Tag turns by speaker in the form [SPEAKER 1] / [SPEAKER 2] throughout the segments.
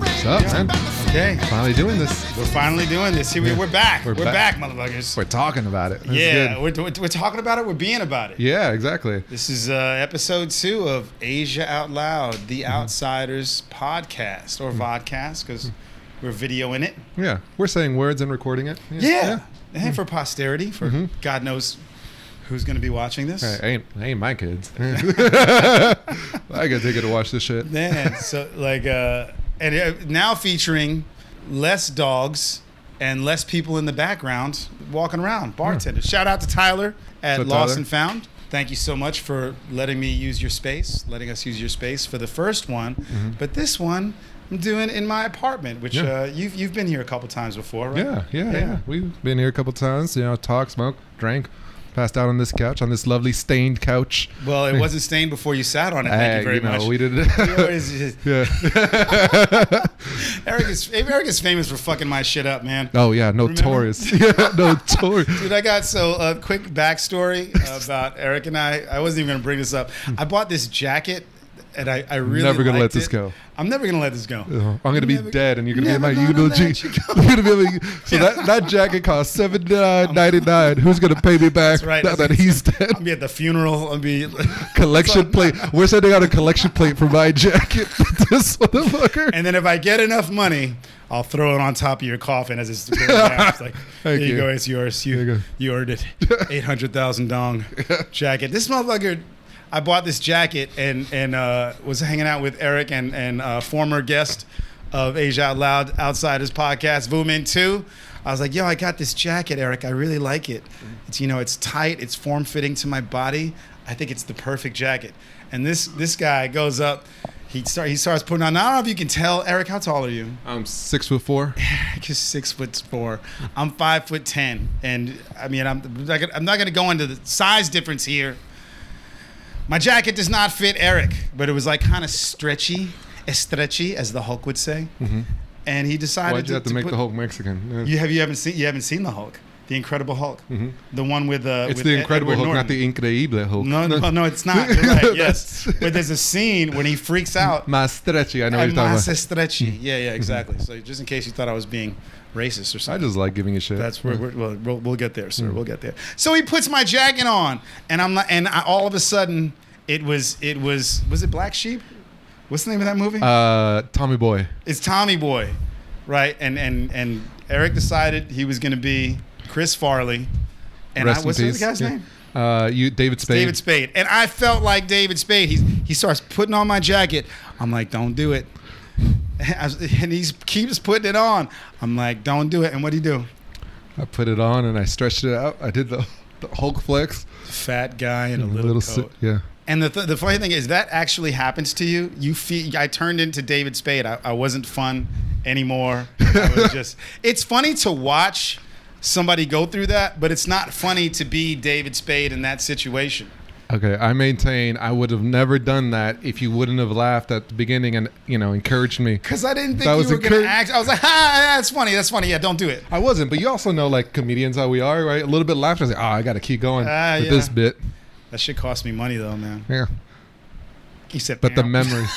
[SPEAKER 1] done. Okay, finally doing this.
[SPEAKER 2] We're finally doing this. Here we,
[SPEAKER 1] Yeah.
[SPEAKER 2] we're back.
[SPEAKER 1] We're
[SPEAKER 2] We're,
[SPEAKER 1] back.
[SPEAKER 2] back. motherfuckers.
[SPEAKER 1] We're talking about it. That's
[SPEAKER 2] yeah,
[SPEAKER 1] good.
[SPEAKER 2] we're, we're, we're talking about it. We're being about it.
[SPEAKER 1] Yeah, exactly.
[SPEAKER 2] This is uh, episode two of Asia Out Loud,
[SPEAKER 1] Mm-hmm.
[SPEAKER 2] the Outsiders podcast or vodcast because
[SPEAKER 1] Mm-hmm.
[SPEAKER 2] we're videoing it.
[SPEAKER 1] Yeah, we're saying words and recording it.
[SPEAKER 2] Yeah. And for posterity, for God knows who's going to be watching this.
[SPEAKER 1] All Mm-hmm. right, ain't ain't my kids. I got ticket to watch this shit.
[SPEAKER 2] Man, so like, uh, and uh, now featuring less dogs and less people in the background walking around, bartenders. Shout out to Tyler at
[SPEAKER 1] What's up,
[SPEAKER 2] Lost
[SPEAKER 1] Hmm. Tyler?
[SPEAKER 2] and Found. Thank you so much for letting me use your space, letting us use your space for the first one. But this one, I'm doing in my apartment, which
[SPEAKER 1] Mm-hmm. Yeah.
[SPEAKER 2] uh, you've you've been here a couple times before, right?
[SPEAKER 1] Yeah, yeah, yeah,
[SPEAKER 2] Yeah.
[SPEAKER 1] We've been here a couple times. You know, talk, smoke, drank, passed out on this couch, on this lovely stained couch.
[SPEAKER 2] Well, it wasn't stained before you sat on it. Thank
[SPEAKER 1] Hey,
[SPEAKER 2] you very
[SPEAKER 1] know,
[SPEAKER 2] much.
[SPEAKER 1] we did
[SPEAKER 2] It
[SPEAKER 1] it.
[SPEAKER 2] was just-
[SPEAKER 1] yeah.
[SPEAKER 2] Eric is Eric is famous for fucking my shit up, man.
[SPEAKER 1] oh yeah, notorious. yeah, notorious.
[SPEAKER 2] Dude, I got so a uh, quick backstory about Eric and I. I wasn't even gonna bring this up. I bought this jacket, and I, I really
[SPEAKER 1] Never gonna let
[SPEAKER 2] liked
[SPEAKER 1] this
[SPEAKER 2] it.
[SPEAKER 1] go.
[SPEAKER 2] I'm never gonna let this go.
[SPEAKER 1] Oh, I'm gonna be
[SPEAKER 2] Never-
[SPEAKER 1] dead, and you're gonna be in my
[SPEAKER 2] never
[SPEAKER 1] Uno
[SPEAKER 2] gonna let
[SPEAKER 1] G.
[SPEAKER 2] you go.
[SPEAKER 1] You're gonna be like, so that, that jacket cost seven nine ninety nine. Who's gonna pay me back
[SPEAKER 2] right.
[SPEAKER 1] now that he's dead?
[SPEAKER 2] I'll be at the funeral. I'll be.
[SPEAKER 1] collection plate. We're sending out a collection plate for my jacket. this motherfucker.
[SPEAKER 2] And then if I get enough money, I'll throw it on top of your coffin as it's going down. It's like, here you,
[SPEAKER 1] you.
[SPEAKER 2] go, it's yours. You,
[SPEAKER 1] There you
[SPEAKER 2] you,
[SPEAKER 1] go.
[SPEAKER 2] earned it. 800,000 dong jacket. This motherfucker, I bought this jacket and, and uh, was hanging out with Eric and, and uh, former guest of Asia Out Loud Outsiders podcast, Voomin 2. I was like, yo, I got this jacket, Eric. I really like it. It's, you know, it's tight. It's form fitting to my body. I think it's the perfect jacket. And this, this guy goes up. He, start, he starts putting on. I don't know if you can tell, Eric. How tall are you?
[SPEAKER 1] I'm six foot four.
[SPEAKER 2] Eric is six foot four. I'm five foot ten, and I mean, I'm not gonna- I'm not going to go into the size difference here. My jacket does not fit Eric, but it was like kind of stretchy, as stretchy as the Hulk would say. And he decided
[SPEAKER 1] Mm-hmm. Why'd you have to make
[SPEAKER 2] put-
[SPEAKER 1] the Hulk Mexican?
[SPEAKER 2] You have you haven't seen you haven't seen the Hulk, the Incredible Hulk, the one with uh,
[SPEAKER 1] Mm-hmm. it's
[SPEAKER 2] with
[SPEAKER 1] the
[SPEAKER 2] Ed-
[SPEAKER 1] Incredible
[SPEAKER 2] Edward
[SPEAKER 1] Hulk, not
[SPEAKER 2] Norton.
[SPEAKER 1] the Increíble Hulk.
[SPEAKER 2] No, no, no, it's not. You're right, yes, but there's a scene when he freaks out
[SPEAKER 1] Más stretchy. I know what
[SPEAKER 2] and
[SPEAKER 1] you're talking
[SPEAKER 2] massa
[SPEAKER 1] about. Mm-hmm.
[SPEAKER 2] stretchy. Yeah, yeah, exactly. So just in case you thought I was being racist or
[SPEAKER 1] I
[SPEAKER 2] something.
[SPEAKER 1] just like giving a shit.
[SPEAKER 2] that's where we're, we'll, we'll we'll get there,
[SPEAKER 1] Hmm.
[SPEAKER 2] sir. We'll get there. So he puts my jacket on, and I'm like, and I, all of a sudden, it was it was was it Black Sheep? What's the name of that movie?
[SPEAKER 1] uh, Tommy Boy.
[SPEAKER 2] it's Tommy Boy, right? And and and Eric decided he was going to be Chris Farley, and
[SPEAKER 1] Rest
[SPEAKER 2] I,
[SPEAKER 1] in
[SPEAKER 2] what's
[SPEAKER 1] peace.
[SPEAKER 2] the guy's
[SPEAKER 1] Yeah.
[SPEAKER 2] name?
[SPEAKER 1] Uh, you David Spade.
[SPEAKER 2] David Spade. And I felt like David Spade. He's, he starts putting on my jacket. I'm like, don't do it. And he keeps putting it on. I'm like, don't do it. And what do you do?
[SPEAKER 1] I put it on and I stretched it out. I did the, the Hulk flex.
[SPEAKER 2] Fat guy in a
[SPEAKER 1] A
[SPEAKER 2] little,
[SPEAKER 1] little
[SPEAKER 2] coat.
[SPEAKER 1] si- yeah.
[SPEAKER 2] And the, th- the funny thing is that actually happens to you. You feel I turned into David Spade. I, I wasn't fun anymore. I was just. It's funny to watch somebody go through that, but it's not funny to be David Spade in that situation.
[SPEAKER 1] Okay, I maintain I would have never done that if you wouldn't have laughed at the beginning and you know encouraged me.
[SPEAKER 2] Because I didn't think
[SPEAKER 1] That was
[SPEAKER 2] you were going
[SPEAKER 1] encourage-
[SPEAKER 2] to act. I was like, ah, that's funny. That's funny. Yeah, don't do it.
[SPEAKER 1] I wasn't, but you also know like comedians how we are, right? A little bit laughter, I was like, oh, I gotta keep going
[SPEAKER 2] Ah,
[SPEAKER 1] with
[SPEAKER 2] yeah.
[SPEAKER 1] this bit.
[SPEAKER 2] That shit cost me money though, man.
[SPEAKER 1] Yeah,
[SPEAKER 2] He said,
[SPEAKER 1] but the
[SPEAKER 2] "Ow."
[SPEAKER 1] memories.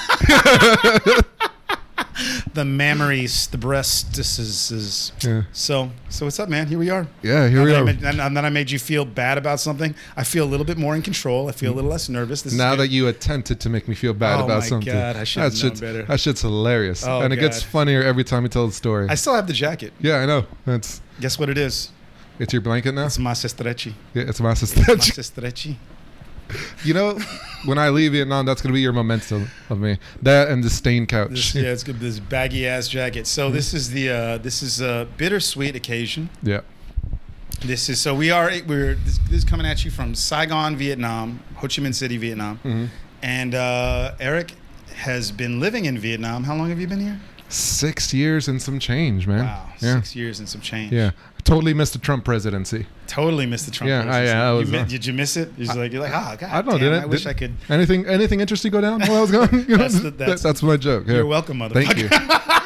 [SPEAKER 2] the memories, the breasts.
[SPEAKER 1] Yeah.
[SPEAKER 2] So, so what's up, man? Here we are.
[SPEAKER 1] Yeah, here
[SPEAKER 2] Now
[SPEAKER 1] we
[SPEAKER 2] that I
[SPEAKER 1] are.
[SPEAKER 2] made- now that I made you feel bad about something, I feel a little bit more in control. I feel a little less nervous. This is
[SPEAKER 1] Now
[SPEAKER 2] good.
[SPEAKER 1] that you attempted to make me feel bad
[SPEAKER 2] Oh
[SPEAKER 1] about
[SPEAKER 2] my
[SPEAKER 1] something,
[SPEAKER 2] God, I should've
[SPEAKER 1] that
[SPEAKER 2] known
[SPEAKER 1] shit's
[SPEAKER 2] better.
[SPEAKER 1] that shit's hilarious,
[SPEAKER 2] Oh
[SPEAKER 1] and it gets
[SPEAKER 2] God.
[SPEAKER 1] funnier every time you tell the story.
[SPEAKER 2] I still have the jacket.
[SPEAKER 1] yeah, I know. It's
[SPEAKER 2] Guess what it is?
[SPEAKER 1] it's your blanket now.
[SPEAKER 2] It's mas estrechi.
[SPEAKER 1] yeah, it's my suspension.
[SPEAKER 2] Mas estrechi.
[SPEAKER 1] You know, when I leave Vietnam, that's gonna be your memento of me. That and the stained couch.
[SPEAKER 2] This, yeah, it's good. This baggy ass jacket. So this is the uh, this is a bittersweet occasion.
[SPEAKER 1] Yeah.
[SPEAKER 2] This is so we are we're this, this is coming at you from Saigon, Vietnam, Ho Chi Minh City, Vietnam,
[SPEAKER 1] Hmm.
[SPEAKER 2] and uh, Eric has been living in Vietnam. How long have you been here?
[SPEAKER 1] Six years and some change, man.
[SPEAKER 2] Wow,
[SPEAKER 1] Yeah.
[SPEAKER 2] six years and some change.
[SPEAKER 1] Yeah. I totally missed the Trump presidency.
[SPEAKER 2] totally missed the Trump.
[SPEAKER 1] Yeah, I-
[SPEAKER 2] presidency.
[SPEAKER 1] yeah, I was,
[SPEAKER 2] you, mi-
[SPEAKER 1] uh,
[SPEAKER 2] did you miss it? You're just like you're like ah, god,
[SPEAKER 1] I don't know.
[SPEAKER 2] damn,
[SPEAKER 1] did
[SPEAKER 2] I wish I could.
[SPEAKER 1] Anything anything interesting go down while I was gone?
[SPEAKER 2] That's the-
[SPEAKER 1] That-
[SPEAKER 2] that's-
[SPEAKER 1] my joke. yeah.
[SPEAKER 2] You're welcome, motherfucker.
[SPEAKER 1] Thank you.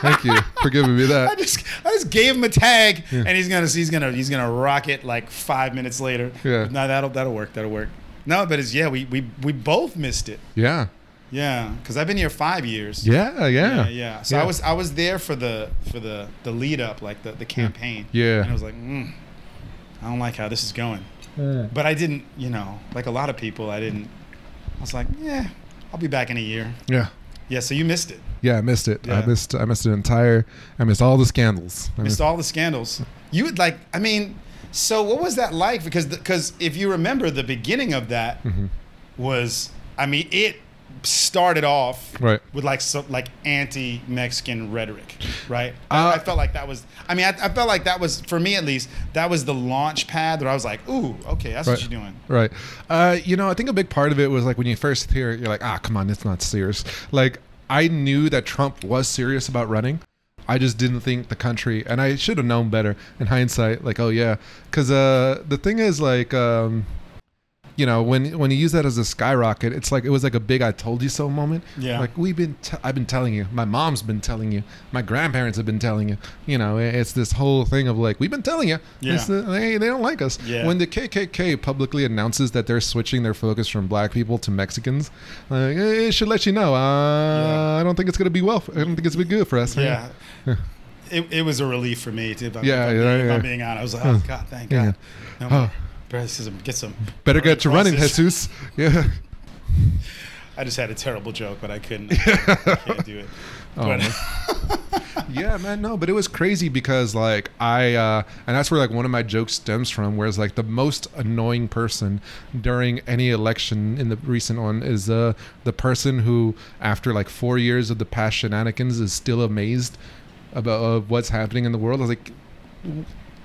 [SPEAKER 1] Thank you for giving me
[SPEAKER 2] I
[SPEAKER 1] that.
[SPEAKER 2] just I just gave him a tag, and he's gonna he's gonna he's gonna rock it like five minutes later.
[SPEAKER 1] Yeah.
[SPEAKER 2] no, that'll that'll work. That'll work. No, but it's yeah, we we we both missed it.
[SPEAKER 1] Yeah.
[SPEAKER 2] Yeah, because I've been here five years.
[SPEAKER 1] Yeah, yeah,
[SPEAKER 2] yeah. yeah. So
[SPEAKER 1] Yeah.
[SPEAKER 2] I was I was there for the for the the lead up, like the the campaign.
[SPEAKER 1] Yeah.
[SPEAKER 2] And I was like, mm, I don't like how this is going. But I didn't, you know, like a lot of people, I didn't. I was like, yeah, I'll be back in a year.
[SPEAKER 1] yeah,
[SPEAKER 2] Yeah. So you missed it.
[SPEAKER 1] yeah. I missed it. I
[SPEAKER 2] Yeah.
[SPEAKER 1] missed. I missed an entire. I missed all the scandals. I
[SPEAKER 2] Missed all the scandals. You would like. I mean, so what was that like? Because because if you remember, the beginning of that
[SPEAKER 1] Mm-hmm.
[SPEAKER 2] was. I mean, it started off
[SPEAKER 1] Right.
[SPEAKER 2] with like so, like anti-Mexican rhetoric, right? I,
[SPEAKER 1] Uh,
[SPEAKER 2] I felt like that was. I mean, I, I felt like that was for me at least. That was the launch pad where I was like, ooh, okay, that's what
[SPEAKER 1] Right.
[SPEAKER 2] you're doing.
[SPEAKER 1] Right. Uh, you know, I think a big part of it was like when you first hear it, you're like, ah, come on, it's not serious. Like, I knew that Trump was serious about running. I just didn't think the country, and I should have known better in hindsight. Like, oh yeah, because uh, the thing is, like, um, you know, when when you use that as a skyrocket, it's like it was like a big "I told you so" moment.
[SPEAKER 2] Yeah.
[SPEAKER 1] Like we've been, t- I've been telling you. My mom's been telling you. My grandparents have been telling you. You know, it- it's this whole thing of like we've been telling you.
[SPEAKER 2] Yeah.
[SPEAKER 1] It's the- they, they don't like us.
[SPEAKER 2] Yeah.
[SPEAKER 1] When the KKK publicly announces that they're switching their focus from black people to Mexicans, like, eh, it should let you know. Uh,
[SPEAKER 2] Yeah.
[SPEAKER 1] I don't think it's going to be well. For, I don't think it's going to be good for us.
[SPEAKER 2] Yeah. It, it was a relief for me too. If I'm, if
[SPEAKER 1] Yeah,
[SPEAKER 2] I'm,
[SPEAKER 1] yeah,
[SPEAKER 2] being, if
[SPEAKER 1] yeah.
[SPEAKER 2] I'm being honest, I was like, oh God, thank
[SPEAKER 1] Yeah.
[SPEAKER 2] God. No more
[SPEAKER 1] Oh.
[SPEAKER 2] racism. Get some.
[SPEAKER 1] Better get to running,
[SPEAKER 2] Prices.
[SPEAKER 1] Jesus. Yeah.
[SPEAKER 2] I just had a terrible joke, but I couldn't. I can't do it.
[SPEAKER 1] Oh,
[SPEAKER 2] But-
[SPEAKER 1] man. yeah, man, no, but it was crazy because like I uh and that's where like one of my jokes stems from, whereas like the most annoying person during any election in the recent one is uh the person who after like four years of the past shenanigans is still amazed about of what's happening in the world. I was like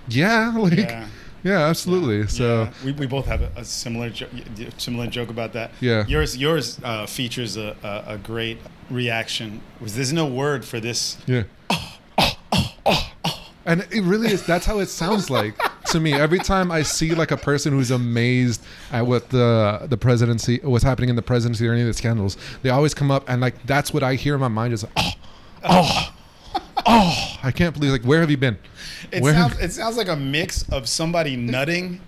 [SPEAKER 1] Yeah, like
[SPEAKER 2] Yeah.
[SPEAKER 1] yeah, absolutely. So
[SPEAKER 2] Yeah. we, we both have a, a similar jo- y- y- similar joke about that.
[SPEAKER 1] Yeah.
[SPEAKER 2] Yours yours uh, features a, a, a great reaction. Was there's no word for this?
[SPEAKER 1] Yeah. And it really is. That's how it sounds like to me. Every time I see like a person who's amazed at what the the presidency, what's happening in the presidency or any of the scandals, they always come up and like that's what I hear in my mind is oh, oh, oh. I can't believe like where have you been?
[SPEAKER 2] It
[SPEAKER 1] Where have-
[SPEAKER 2] sounds it sounds like a mix of somebody nutting.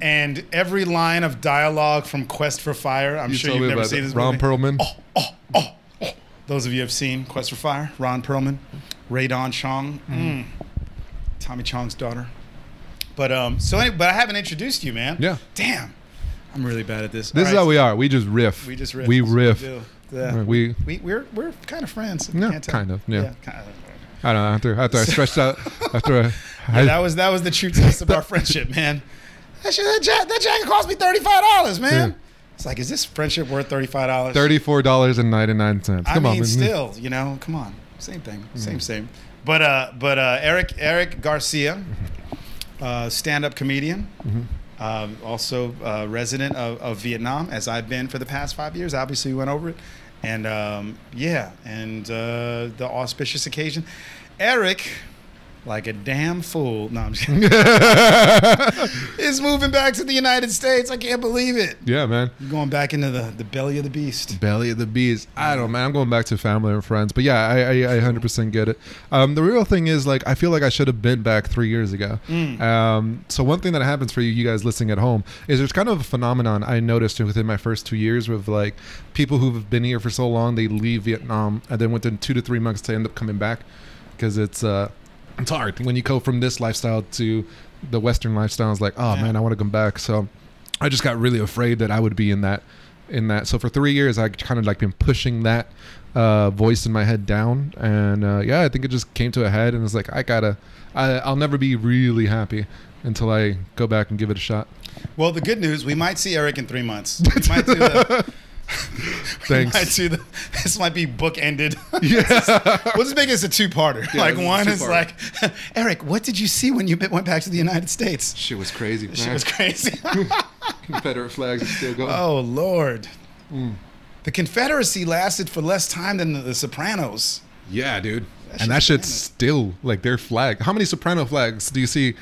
[SPEAKER 2] And every line of dialogue from Quest for Fire, I'm
[SPEAKER 1] you
[SPEAKER 2] sure
[SPEAKER 1] told
[SPEAKER 2] you've
[SPEAKER 1] me
[SPEAKER 2] never
[SPEAKER 1] about
[SPEAKER 2] seen this
[SPEAKER 1] that. Ron
[SPEAKER 2] movie. Oh,
[SPEAKER 1] Perlman.
[SPEAKER 2] Those of you have seen Quest for Fire, Ron Perlman, Ray Don Chong,
[SPEAKER 1] Mm-hmm.
[SPEAKER 2] mm, Tommy Chong's daughter. But um, so any, but I haven't introduced you, man.
[SPEAKER 1] Yeah.
[SPEAKER 2] Damn, I'm really bad at this.
[SPEAKER 1] This is how we are. We just riff.
[SPEAKER 2] We just riff.
[SPEAKER 1] We
[SPEAKER 2] That's what
[SPEAKER 1] riff.
[SPEAKER 2] do.
[SPEAKER 1] Uh,
[SPEAKER 2] Yeah. We,
[SPEAKER 1] We
[SPEAKER 2] we are we're kind of friends. if you
[SPEAKER 1] Yeah,
[SPEAKER 2] can't tell.
[SPEAKER 1] kind of, yeah.
[SPEAKER 2] kinda.
[SPEAKER 1] I don't know after after I stretched out after I,
[SPEAKER 2] Yeah, that was that was the true test of our friendship, man. That shit, that, jack, that jacket cost me thirty five dollars, man.
[SPEAKER 1] Yeah.
[SPEAKER 2] It's like, is this friendship worth thirty five dollars?
[SPEAKER 1] thirty four dollars and ninety nine cents.
[SPEAKER 2] I
[SPEAKER 1] Come
[SPEAKER 2] mean,
[SPEAKER 1] on, man. Mm-hmm.
[SPEAKER 2] still, you know, come on, same thing, same, same. But uh, but uh, Eric Eric Garcia,
[SPEAKER 1] Mm-hmm.
[SPEAKER 2] uh, stand-up comedian, um, also uh, resident of, of Vietnam, as I've been for the past five years. Obviously, we went over it, and um, yeah, and uh, the auspicious occasion, Eric. Like a damn fool. No, I'm just kidding. is moving back to the United States. I can't believe it.
[SPEAKER 1] Yeah, man.
[SPEAKER 2] You're going back into the, the belly of the beast.
[SPEAKER 1] Belly of the beast. I don't man. I'm going back to family and friends, but yeah, I I, I 100% get it. Um, the real thing is like I feel like I should have been back three years ago. Um, so one thing that happens for you, you guys listening at home, is there's kind of a phenomenon I noticed within my first two years with like people who've been here for so long, they leave Vietnam and then within two to three months they end up coming back because it's uh it's hard when you go from this lifestyle to the Western lifestyle. It's like oh
[SPEAKER 2] Yeah.
[SPEAKER 1] man, I want to come back. So I just got really afraid that I would be in that in that. So for three years, I kind of like been pushing that uh, voice in my head down, and uh, yeah, I think it just came to a head, and it's like I gotta, I, I'll never be really happy until I go back and give it a shot.
[SPEAKER 2] Well, the good news, we might see Eric in three months. We might do the, we might
[SPEAKER 1] Thanks.
[SPEAKER 2] do the, this might be bookended.
[SPEAKER 1] yeah.
[SPEAKER 2] we'll just make this a two-parter. like
[SPEAKER 1] this is a
[SPEAKER 2] one is like,
[SPEAKER 1] two-parter.
[SPEAKER 2] Eric, what did you see when you bit- went back to the United States?
[SPEAKER 1] Shit was crazy.
[SPEAKER 2] She was crazy.
[SPEAKER 1] Confederate flags are still going.
[SPEAKER 2] oh Lord.
[SPEAKER 1] Mm.
[SPEAKER 2] The Confederacy lasted for less time than the, the Sopranos.
[SPEAKER 1] Yeah, dude.
[SPEAKER 2] shit's
[SPEAKER 1] and that shit's
[SPEAKER 2] bananas.
[SPEAKER 1] still like their flag. How many Soprano flags do you see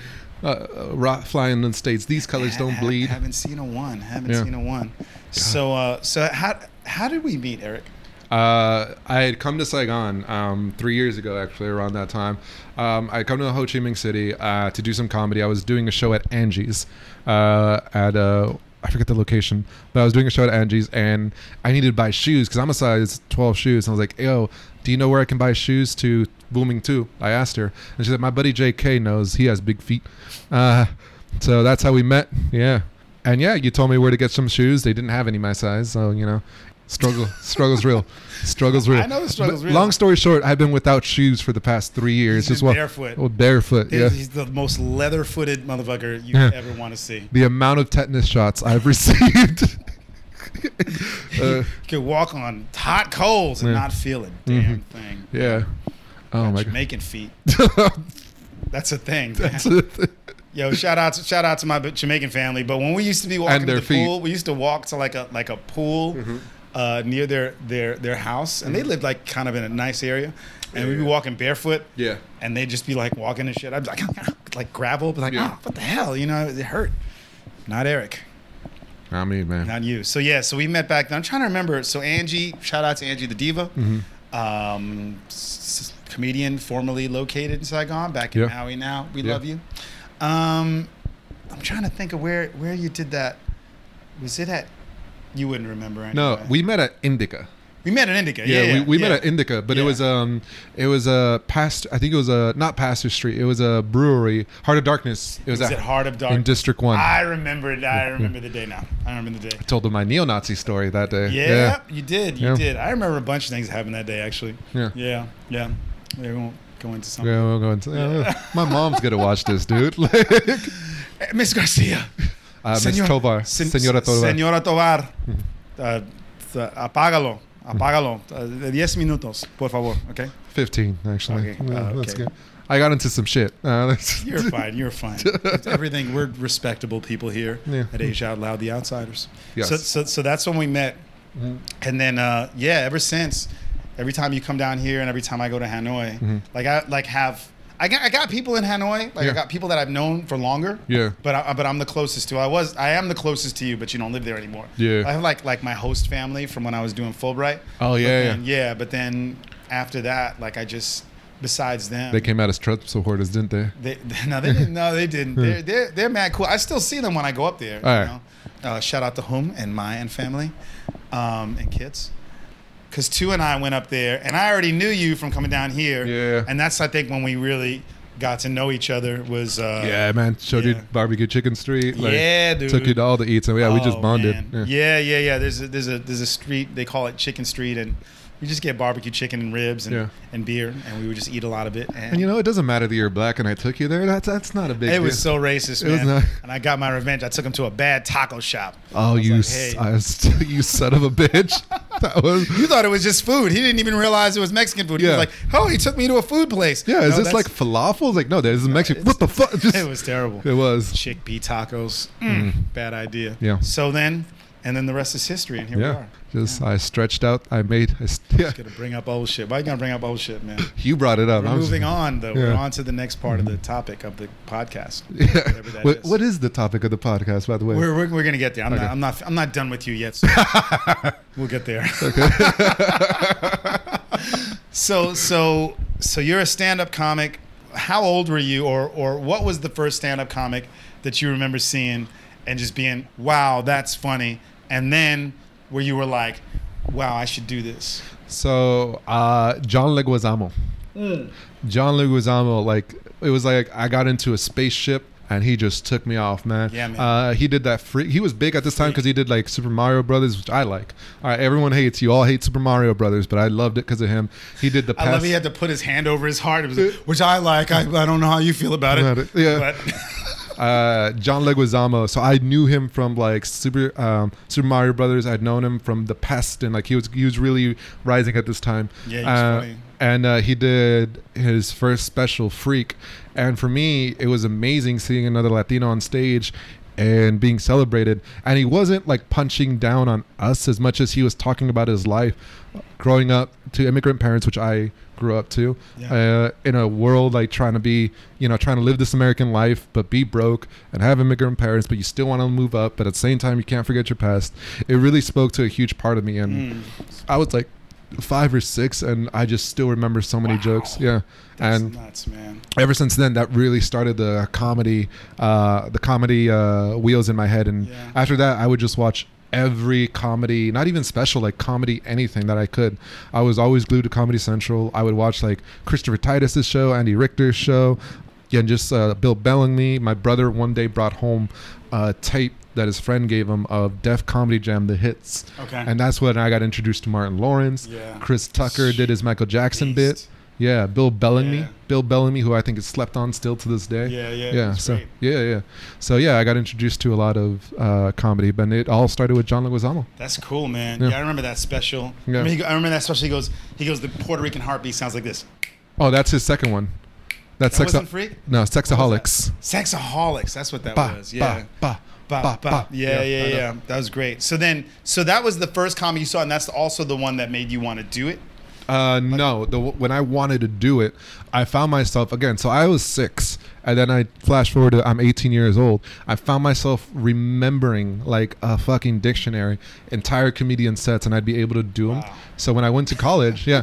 [SPEAKER 1] uh, uh, ro- flying in the states? These colors
[SPEAKER 2] Ha-
[SPEAKER 1] don't
[SPEAKER 2] ha-
[SPEAKER 1] bleed.
[SPEAKER 2] Haven't seen a one. Haven't
[SPEAKER 1] Yeah.
[SPEAKER 2] seen a one. So, uh, so how how did we meet, Eric?
[SPEAKER 1] Uh, I had come to Saigon um, three years ago, actually, around that time. Um, I had come to Ho Chi Minh City uh, to do some comedy. I was doing a show at Angie's uh, at uh, I forget the location, but I was doing a show at Angie's and I needed to buy shoes because I'm a size 12 shoes. And I was like, yo, do you know where I can buy shoes to Blooming too? I asked her. And she said, my buddy JK knows. He has big feet. Uh, so that's how we met. Yeah. And yeah, you told me where to get some shoes. They didn't have any my size. So, you know, struggle, struggle's real. Struggle's real.
[SPEAKER 2] I know the struggle's
[SPEAKER 1] But
[SPEAKER 2] real.
[SPEAKER 1] Long story short, I've been without shoes for the past three years.
[SPEAKER 2] He's been
[SPEAKER 1] Just wa-
[SPEAKER 2] barefoot.
[SPEAKER 1] Well, barefoot.
[SPEAKER 2] He's,
[SPEAKER 1] Yeah.
[SPEAKER 2] he's the most leather-footed motherfucker you
[SPEAKER 1] Yeah.
[SPEAKER 2] ever want to see.
[SPEAKER 1] The amount of tetanus shots I've received. Uh,
[SPEAKER 2] Could walk on hot coals and
[SPEAKER 1] Yeah. Mm-hmm.
[SPEAKER 2] not feel a damn thing.
[SPEAKER 1] yeah. Oh my god.
[SPEAKER 2] Jamaican feet. That's a thing.
[SPEAKER 1] That's it.
[SPEAKER 2] Yo, shout out to shout out to my Jamaican family. But when we used to be walking
[SPEAKER 1] And
[SPEAKER 2] to
[SPEAKER 1] their
[SPEAKER 2] the
[SPEAKER 1] feet. Mm-hmm.
[SPEAKER 2] pool, we used to walk to like a like a pool uh, near their their their house, and they lived like kind of in a nice area, and we'd be walking barefoot.
[SPEAKER 1] Yeah.
[SPEAKER 2] And they'd just be like walking and shit. I'd be like, like gravel, but like,
[SPEAKER 1] Yeah.
[SPEAKER 2] "Ah, what the hell? You know, it hurt. Not Eric,
[SPEAKER 1] I mean, man.
[SPEAKER 2] not you. So yeah, so we met back then. I'm trying to remember. So Angie, shout out to Angie the diva,
[SPEAKER 1] Mm-hmm.
[SPEAKER 2] um, s- s- comedian formerly located in Saigon, back in
[SPEAKER 1] Yeah.
[SPEAKER 2] Maui now. We
[SPEAKER 1] Yeah.
[SPEAKER 2] love you. Um, I'm trying to think of where where you did that. Was it at? You wouldn't remember. Anyway.
[SPEAKER 1] No, we met at Indica.
[SPEAKER 2] we met at Indica.
[SPEAKER 1] Yeah,
[SPEAKER 2] Yeah, yeah
[SPEAKER 1] we, we met
[SPEAKER 2] yeah.
[SPEAKER 1] at Indica, but it
[SPEAKER 2] Yeah.
[SPEAKER 1] was um, it was a past. I think it was a not Pastor Street. It was a brewery, Heart of Darkness. It was,
[SPEAKER 2] Was
[SPEAKER 1] at,
[SPEAKER 2] it Heart of Dark?
[SPEAKER 1] in District One. Mm-hmm. I
[SPEAKER 2] I remember it. I remember the day now. I remember the day.
[SPEAKER 1] told them my neo-Nazi story that day.
[SPEAKER 2] Yeah, you did. You
[SPEAKER 1] Yeah.
[SPEAKER 2] did. I remember a bunch of things happened that day actually.
[SPEAKER 1] Yeah.
[SPEAKER 2] Yeah. Yeah. We won't go into something.
[SPEAKER 1] Yeah, we'll go into- my mom's gonna watch this, dude. Like,
[SPEAKER 2] Eh, Miss Garcia.
[SPEAKER 1] uh, Miss
[SPEAKER 2] Señor-
[SPEAKER 1] Tovar,
[SPEAKER 2] Sen-
[SPEAKER 1] Senora Tovar. Mm-hmm.
[SPEAKER 2] Señora Tovar. Uh, uh, apágalo. Apágalo. Uh, de 10 minutos, por favor. Okay?
[SPEAKER 1] Fifteen, actually.
[SPEAKER 2] Okay,
[SPEAKER 1] Yeah,
[SPEAKER 2] uh,
[SPEAKER 1] that's
[SPEAKER 2] okay.
[SPEAKER 1] good. I got into some shit. Uh, that's-
[SPEAKER 2] You're fine. You're fine. It's everything. We're respectable people here
[SPEAKER 1] Yeah.
[SPEAKER 2] at Asia Out Loud, the outsiders.
[SPEAKER 1] Yes.
[SPEAKER 2] So, so, so that's when we met. And then, uh, yeah, ever since, every time you come down here and every time I go to Hanoi, like I like have. I got, I got people in Hanoi, like
[SPEAKER 1] Mm-hmm. Yeah.
[SPEAKER 2] I got people that I've known for longer.
[SPEAKER 1] Yeah.
[SPEAKER 2] But I, but I'm the closest to. I was I am the closest to you, but you don't live there anymore.
[SPEAKER 1] Yeah.
[SPEAKER 2] I have like like my host family from when I was doing Fulbright.
[SPEAKER 1] Oh,
[SPEAKER 2] But
[SPEAKER 1] yeah, yeah.
[SPEAKER 2] then- yeah. But then after that, like I just besides them,
[SPEAKER 1] They came out as Trump supporters, didn't they?
[SPEAKER 2] they, no, they didn't. No, they didn't. They're, they're, they're mad cool. I still see them when I go up there.
[SPEAKER 1] All right.
[SPEAKER 2] know? uh, shout out to whom and my and family um, and kids. Because two and I went up there, and I already knew you from coming down here.
[SPEAKER 1] Yeah.
[SPEAKER 2] And that's, I think, when we really got to know each other was. Uh,
[SPEAKER 1] Yeah, man. Showed
[SPEAKER 2] yeah.
[SPEAKER 1] you barbecue chicken street. Like,
[SPEAKER 2] Yeah,
[SPEAKER 1] Took you
[SPEAKER 2] dude.
[SPEAKER 1] to all the eats, and yeah, we just
[SPEAKER 2] Oh,
[SPEAKER 1] bonded.
[SPEAKER 2] man. Yeah. yeah, yeah, There's a, there's a there's a street they call it Chicken Street, and we just get barbecue chicken and ribs and,
[SPEAKER 1] Yeah.
[SPEAKER 2] and beer, and we would just eat a lot of it.
[SPEAKER 1] And you know, it doesn't matter that you're black and I took you there. That's that's not a big
[SPEAKER 2] It
[SPEAKER 1] deal.
[SPEAKER 2] was so racist,
[SPEAKER 1] It was
[SPEAKER 2] man.
[SPEAKER 1] not-
[SPEAKER 2] And I got my revenge. I took him to a bad taco shop.
[SPEAKER 1] oh, you
[SPEAKER 2] like,
[SPEAKER 1] s
[SPEAKER 2] hey.
[SPEAKER 1] I s- you son of a bitch. That was
[SPEAKER 2] You thought it was just food. He didn't even realize it was Mexican food. He
[SPEAKER 1] Yeah.
[SPEAKER 2] was like, "Oh, he took me to a food place."
[SPEAKER 1] yeah. Is
[SPEAKER 2] No,
[SPEAKER 1] this
[SPEAKER 2] that's-
[SPEAKER 1] like falafel? It's Like no, there's Mexican. What the fuck? Just,
[SPEAKER 2] It was terrible.
[SPEAKER 1] It was.
[SPEAKER 2] Chickpea tacos. Mm, Bad idea.
[SPEAKER 1] Yeah.
[SPEAKER 2] So then, and then the rest is history. And here we
[SPEAKER 1] Yeah.
[SPEAKER 2] are.
[SPEAKER 1] Just I stretched out. I made. I, s- yeah.
[SPEAKER 2] Gonna bring up old shit. Why you gonna bring up old shit, man?
[SPEAKER 1] You brought it up.
[SPEAKER 2] We're
[SPEAKER 1] I'm just-
[SPEAKER 2] moving on, though. We're
[SPEAKER 1] Yeah.
[SPEAKER 2] on to the next part of the topic of the podcast.
[SPEAKER 1] Yeah.
[SPEAKER 2] Whatever that
[SPEAKER 1] What,
[SPEAKER 2] is.
[SPEAKER 1] what is the topic of the podcast, by the way?
[SPEAKER 2] We're, we're, we're gonna get there. I'm
[SPEAKER 1] Okay.
[SPEAKER 2] not. I'm not. I'm not done with you yet. So we'll get there. so so so you're a stand-up comic. How old were you, or or what was the first stand-up comic that you remember seeing and just being, wow, that's funny, and then where you were like, wow, I should do this.
[SPEAKER 1] So uh, John Leguizamo.
[SPEAKER 2] Hmm.
[SPEAKER 1] John Leguizamo, like it was like I got into a spaceship and he just took me off, man.
[SPEAKER 2] Yeah, man.
[SPEAKER 1] Uh, he did that free. He was big at this time because he did like Super Mario Brothers, which I like. All right, everyone hates you. All hate Super Mario Brothers, but I loved it because of him. He did the.
[SPEAKER 2] I love
[SPEAKER 1] past-
[SPEAKER 2] he had to put his hand over his heart, it was like, which I like. I, I don't know how you feel about
[SPEAKER 1] Uh, About
[SPEAKER 2] it.
[SPEAKER 1] it, yeah.
[SPEAKER 2] But
[SPEAKER 1] uh, John Leguizamo. So I knew him from like Super um, Super Mario Brothers. I'd known him from The Pest, and like he was he was really rising at this time.
[SPEAKER 2] Yeah, he was
[SPEAKER 1] uh,
[SPEAKER 2] funny.
[SPEAKER 1] And uh, he did his first special, Freak, and for me it was amazing seeing another Latino on stage. And being celebrated, and he wasn't like punching down on us as much as he was talking about his life, growing up to immigrant parents, which I grew up to,
[SPEAKER 2] Yeah.
[SPEAKER 1] uh, in a world like trying to be, you know, trying to live this American life, but be broke and have immigrant parents, but you still want to move up,
[SPEAKER 2] mm,
[SPEAKER 1] but at the same time, you can't forget your past. It really spoke to a huge part of me. And I was like, five or six, and I just still remember so many
[SPEAKER 2] Wow.
[SPEAKER 1] jokes. Yeah,
[SPEAKER 2] That's
[SPEAKER 1] and
[SPEAKER 2] nuts, man.
[SPEAKER 1] ever since then, that really started the comedy, uh, the comedy uh, wheels in my head. And
[SPEAKER 2] Yeah.
[SPEAKER 1] after that, I would just watch every comedy, not even special, like comedy anything that I could. I was always glued to Comedy Central. I would watch like Christopher Titus's show, Andy Richter's show, yeah, and just uh, Bill Bellamy. My brother one day brought home a tape that his friend gave him of Def Comedy Jam, the hits.
[SPEAKER 2] Okay.
[SPEAKER 1] And that's when I got introduced to Martin Lawrence.
[SPEAKER 2] Yeah.
[SPEAKER 1] Chris Tucker did his Michael Jackson bit.
[SPEAKER 2] Beast.
[SPEAKER 1] Yeah, Bill Bellamy.
[SPEAKER 2] Yeah.
[SPEAKER 1] Bill Bellamy, who I think is slept on still to this day.
[SPEAKER 2] Yeah, yeah,
[SPEAKER 1] yeah.
[SPEAKER 2] that's
[SPEAKER 1] So
[SPEAKER 2] great.
[SPEAKER 1] yeah, yeah. So yeah, I got introduced to a lot of uh, comedy, but it all started with John Leguizamo.
[SPEAKER 2] That's cool, man.
[SPEAKER 1] Yeah.
[SPEAKER 2] Yeah, I remember that special. I,
[SPEAKER 1] Yeah.
[SPEAKER 2] remember he, go- I remember that special. He goes, he goes. The Puerto Rican heartbeat sounds like this.
[SPEAKER 1] Oh, that's his second one. That's
[SPEAKER 2] That
[SPEAKER 1] sexa-
[SPEAKER 2] wasn't free?
[SPEAKER 1] No,
[SPEAKER 2] What was
[SPEAKER 1] Sexaholics.
[SPEAKER 2] that? Sexaholics. That's what that
[SPEAKER 1] Ba,
[SPEAKER 2] was. Yeah.
[SPEAKER 1] ba, ba,
[SPEAKER 2] Ba,
[SPEAKER 1] ba,
[SPEAKER 2] ba.
[SPEAKER 1] ba.
[SPEAKER 2] Yeah, yeah,
[SPEAKER 1] I
[SPEAKER 2] yeah,
[SPEAKER 1] know.
[SPEAKER 2] That was great. So then, so that was the first comedy you saw, and that's also the one that made you want to do it.
[SPEAKER 1] Uh, no, the, when I wanted to do it, I found myself again. So I was six, and then I flash forward to I'm 18 years old. I found myself remembering like a fucking dictionary, entire comedian sets, and I'd be able to do them.
[SPEAKER 2] Wow.
[SPEAKER 1] So when I went to college, yeah,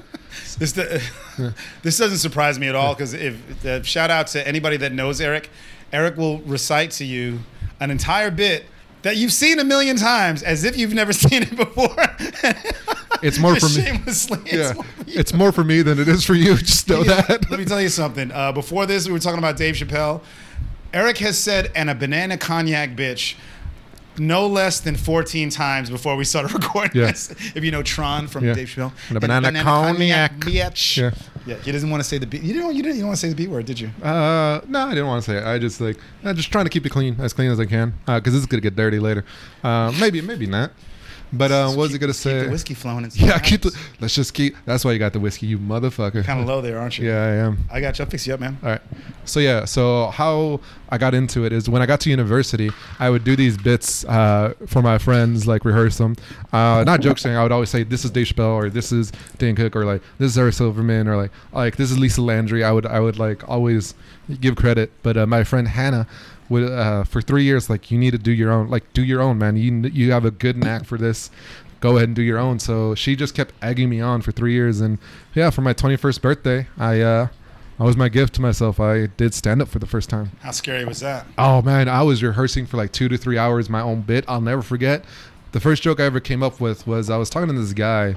[SPEAKER 2] This the, this doesn't surprise me at all because if uh, shout out to anybody that knows Eric, Eric will recite to you an entire bit that you've seen a million times as if you've never seen it before.
[SPEAKER 1] it's more for
[SPEAKER 2] Just
[SPEAKER 1] me.
[SPEAKER 2] shamelessly, it's
[SPEAKER 1] Yeah,
[SPEAKER 2] more for you.
[SPEAKER 1] it's more for me than it is for you. Just know
[SPEAKER 2] Yeah,
[SPEAKER 1] that.
[SPEAKER 2] Let me tell you something. Uh, before this, we were talking about Dave Chappelle. Eric has said, and a banana cognac bitch. No less than 14 times before we started recording
[SPEAKER 1] Yeah.
[SPEAKER 2] this. If you know Tron from
[SPEAKER 1] Yeah.
[SPEAKER 2] Dave Chappelle,
[SPEAKER 1] And a banana cognac
[SPEAKER 2] bitch.
[SPEAKER 1] Yeah.
[SPEAKER 2] Yeah. he doesn't want to say the B. You didn't. You didn't, you didn't want to say the B word, did you?
[SPEAKER 1] Uh, no, I didn't want to say it. I just like I'm just trying to keep it clean, as clean as I can, because this is gonna get dirty later. Uh, maybe, maybe not. But uh, what was it gonna
[SPEAKER 2] Just keep
[SPEAKER 1] say?
[SPEAKER 2] the whiskey flowing. It's
[SPEAKER 1] Yeah, keep the. Let's just keep. That's why you got the whiskey, you motherfucker.
[SPEAKER 2] kind of low there, aren't you?
[SPEAKER 1] Yeah, I am.
[SPEAKER 2] I got you. I'll fix you up, man.
[SPEAKER 1] All right. So yeah, so how I got into it is when I got to university, I would do these bits uh, for my friends, like rehearse them. Uh, not joke saying I would always say this is Dave Chappelle or this is Dan Cook or like this is Eric Silverman or like like this is Lisa Landry. I would I would like always give credit, but uh, my friend Hannah would uh, for three years like you need to do your own like do your own man. You you have a good knack for this go ahead and do your own. So she just kept egging me on for three years, and yeah, for my 21st birthday, I uh, I was my gift to myself. I did stand up for the first time.
[SPEAKER 2] How scary was that?
[SPEAKER 1] Oh man, I was rehearsing for like two to three hours my own bit. I'll never forget. The first joke I ever came up with was I was talking to this guy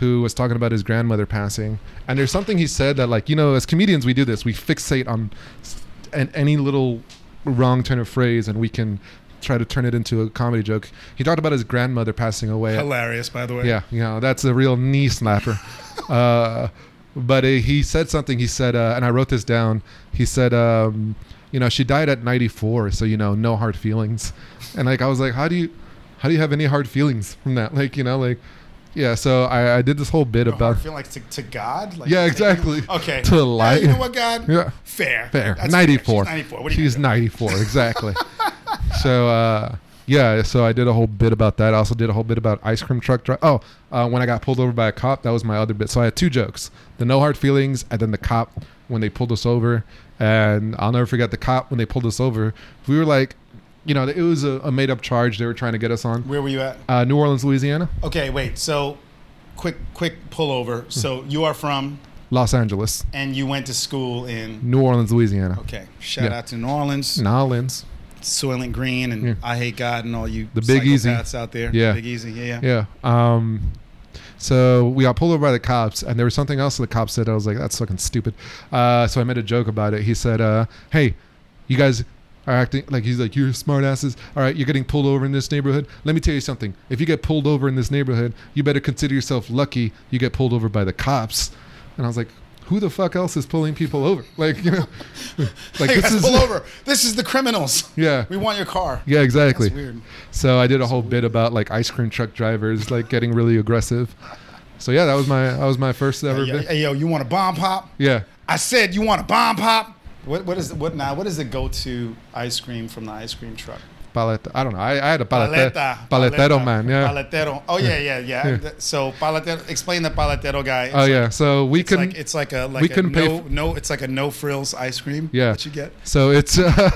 [SPEAKER 1] who was talking about his grandmother passing, and there's something he said that like you know as comedians we do this we fixate on s- an, any little wrong turn of phrase and we can try to turn it into a comedy joke. He talked about his grandmother passing away.
[SPEAKER 2] Hilarious, by the way.
[SPEAKER 1] Yeah, you know, that's a real knee slapper. uh, but uh, he said something. He said, uh, and I wrote this down. He said, um, you know, she died at 94, so you know, no hard feelings. And like, I was like, how do you, how do you have any hard feelings from that? Like, you know, like, yeah. So I, I did this whole bit
[SPEAKER 2] Your heart
[SPEAKER 1] about.
[SPEAKER 2] feel like to, to God? Like,
[SPEAKER 1] Yeah,
[SPEAKER 2] to-
[SPEAKER 1] exactly.
[SPEAKER 2] Okay.
[SPEAKER 1] To
[SPEAKER 2] Hey, you
[SPEAKER 1] light.
[SPEAKER 2] know what, God?
[SPEAKER 1] Yeah.
[SPEAKER 2] Fair.
[SPEAKER 1] Fair.
[SPEAKER 2] That's
[SPEAKER 1] 94.
[SPEAKER 2] She's 94. What are you
[SPEAKER 1] She's
[SPEAKER 2] gonna do?
[SPEAKER 1] 94, exactly. so, uh, yeah, so I did a whole bit about that. I also did a whole bit about ice cream truck drive. Oh, uh, when I got pulled over by a cop, that was my other bit. So I had two jokes the no hard feelings, and then the cop when they pulled us over. And I'll never forget the cop when they pulled us over. We were like, you know, it was a, a made up charge they were trying to get us on.
[SPEAKER 2] Where were you at?
[SPEAKER 1] Uh, New Orleans, Louisiana,
[SPEAKER 2] Okay, wait. So, quick, quick
[SPEAKER 1] Hmm.
[SPEAKER 2] pullover. So you are from,
[SPEAKER 1] Los Angeles,
[SPEAKER 2] and you went to school in.
[SPEAKER 1] New Orleans, Louisiana.
[SPEAKER 2] Okay. Shout
[SPEAKER 1] Yeah.
[SPEAKER 2] out to New Orleans,
[SPEAKER 1] New Orleans.
[SPEAKER 2] Soylent Green, and
[SPEAKER 1] Yeah.
[SPEAKER 2] I Hate God, and all you
[SPEAKER 1] The Big Easy.
[SPEAKER 2] psychopaths out there.
[SPEAKER 1] Yeah.
[SPEAKER 2] Big Easy. Yeah, yeah.
[SPEAKER 1] Yeah. Um, so we got pulled over by the cops, and there was something else the cops said. I was like, "That's fucking stupid." Uh, so I made a joke about it. He said, uh, "Hey, you guys are acting like he's like you're smart asses. All right, you're getting pulled over in this neighborhood. Let me tell you something. If you get pulled over in this neighborhood, you better consider yourself lucky. You get pulled over by the cops." And I was like, "Who the fuck else is pulling people over? Like, you know, like
[SPEAKER 2] Hey,
[SPEAKER 1] this
[SPEAKER 2] guys,
[SPEAKER 1] is
[SPEAKER 2] pull over. This is the criminals.
[SPEAKER 1] yeah."
[SPEAKER 2] We want your car.
[SPEAKER 1] Yeah, exactly.
[SPEAKER 2] That's weird.
[SPEAKER 1] So I did a whole bit about like ice cream truck drivers like getting really aggressive. So yeah, that was my that was my first ever
[SPEAKER 2] Hey,
[SPEAKER 1] bit.
[SPEAKER 2] hey, yo, you want a bomb pop?
[SPEAKER 1] Yeah.
[SPEAKER 2] I said you want a bomb pop. What, what is what now? What is the go-to ice cream from the ice cream truck?
[SPEAKER 1] paleta. I don't know. I, I had a palete,
[SPEAKER 2] Paleta.
[SPEAKER 1] paletero man. Yeah.
[SPEAKER 2] Paletero. Oh yeah, yeah, yeah.
[SPEAKER 1] Yeah.
[SPEAKER 2] Th- So paletero. Explain the paletero guy. It's
[SPEAKER 1] Oh yeah. So we
[SPEAKER 2] It's
[SPEAKER 1] couldn't.
[SPEAKER 2] like it's like a like
[SPEAKER 1] we
[SPEAKER 2] a
[SPEAKER 1] couldn't pay
[SPEAKER 2] no
[SPEAKER 1] f-
[SPEAKER 2] no. It's like a no frills ice cream.
[SPEAKER 1] Yeah.
[SPEAKER 2] that you get.
[SPEAKER 1] So it's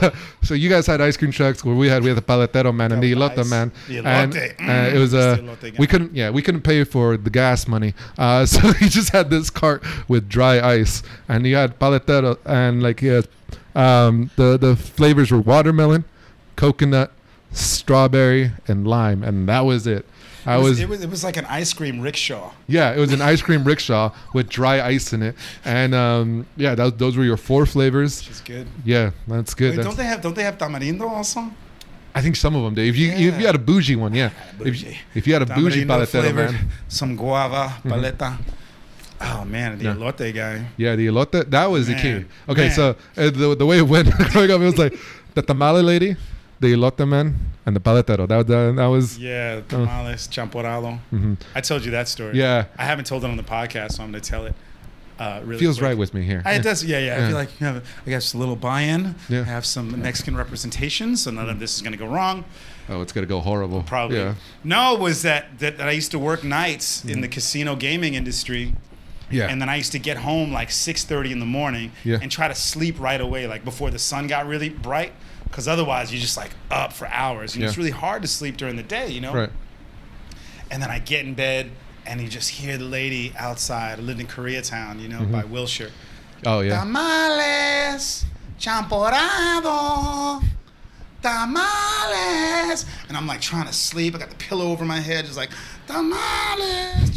[SPEAKER 1] so you guys had ice cream trucks where we had we had the paletero man and the
[SPEAKER 2] That was
[SPEAKER 1] elote
[SPEAKER 2] nice.
[SPEAKER 1] man.
[SPEAKER 2] The
[SPEAKER 1] and
[SPEAKER 2] elote.
[SPEAKER 1] uh, it was
[SPEAKER 2] Just
[SPEAKER 1] uh,
[SPEAKER 2] the elote guy.
[SPEAKER 1] we couldn't yeah we couldn't pay for the gas money. Uh, so he just had this cart with dry ice and he had paletero and like he had, um, the the flavors were watermelon, coconut, strawberry and lime and that was it. I
[SPEAKER 2] It was,
[SPEAKER 1] was,
[SPEAKER 2] it was it was like an ice cream rickshaw.
[SPEAKER 1] yeah, it was an ice cream rickshaw with dry ice in it, and um, yeah, that, those were your four flavors.
[SPEAKER 2] Which is good.
[SPEAKER 1] Yeah, that's good.
[SPEAKER 2] Wait,
[SPEAKER 1] That's-
[SPEAKER 2] don't they have don't they have tamarindo also?
[SPEAKER 1] I think some of them do. If you if you
[SPEAKER 2] Yeah. Ah,
[SPEAKER 1] had a bougie one, yeah. If, you-
[SPEAKER 2] bougie.
[SPEAKER 1] if you had a bougie
[SPEAKER 2] Tamarindo
[SPEAKER 1] paletero, man. Mm-hmm.
[SPEAKER 2] some guava paleta. Oh man, the
[SPEAKER 1] Yeah.
[SPEAKER 2] elote guy.
[SPEAKER 1] Yeah, the elote, that was the
[SPEAKER 2] Man,
[SPEAKER 1] key. Okay,
[SPEAKER 2] man.
[SPEAKER 1] so uh, the, the way it went growing up, it was like the tamale lady, the elote man, and the paletero. That, that, that was,
[SPEAKER 2] Yeah, tamales, champorado.
[SPEAKER 1] mhm.
[SPEAKER 2] I told you that story.
[SPEAKER 1] Oh. yeah,
[SPEAKER 2] I haven't told it on the podcast, so I'm going to tell it. Uh, really
[SPEAKER 1] feels
[SPEAKER 2] quick.
[SPEAKER 1] right with me here.
[SPEAKER 2] I,
[SPEAKER 1] Yeah.
[SPEAKER 2] it does, yeah, yeah. I
[SPEAKER 1] Yeah.
[SPEAKER 2] feel like you have, I guess, a little buy-in.
[SPEAKER 1] Yeah.
[SPEAKER 2] I have some Mexican representation, so none of this is going to go wrong.
[SPEAKER 1] Oh, it's going to go horrible.
[SPEAKER 2] Probably.
[SPEAKER 1] Yeah. Mm-hmm.
[SPEAKER 2] No, was that, that that I used to work nights in the casino gaming industry,
[SPEAKER 1] yeah.
[SPEAKER 2] and then I used to get home like six thirty in the morning
[SPEAKER 1] Yeah.
[SPEAKER 2] and try to sleep right away, like before the sun got really bright, because otherwise you're just like up for hours. You know,
[SPEAKER 1] Yeah.
[SPEAKER 2] it's really hard to sleep during the day. You know.
[SPEAKER 1] right.
[SPEAKER 2] And then I get in bed, and you just hear the lady outside. I lived in Koreatown, you know, by
[SPEAKER 1] Mm-hmm.
[SPEAKER 2] Wilshire.
[SPEAKER 1] Oh, yeah.
[SPEAKER 2] Tamales, champorado, tamales. And I'm like trying to sleep. I got the pillow over my head, just like, tamales,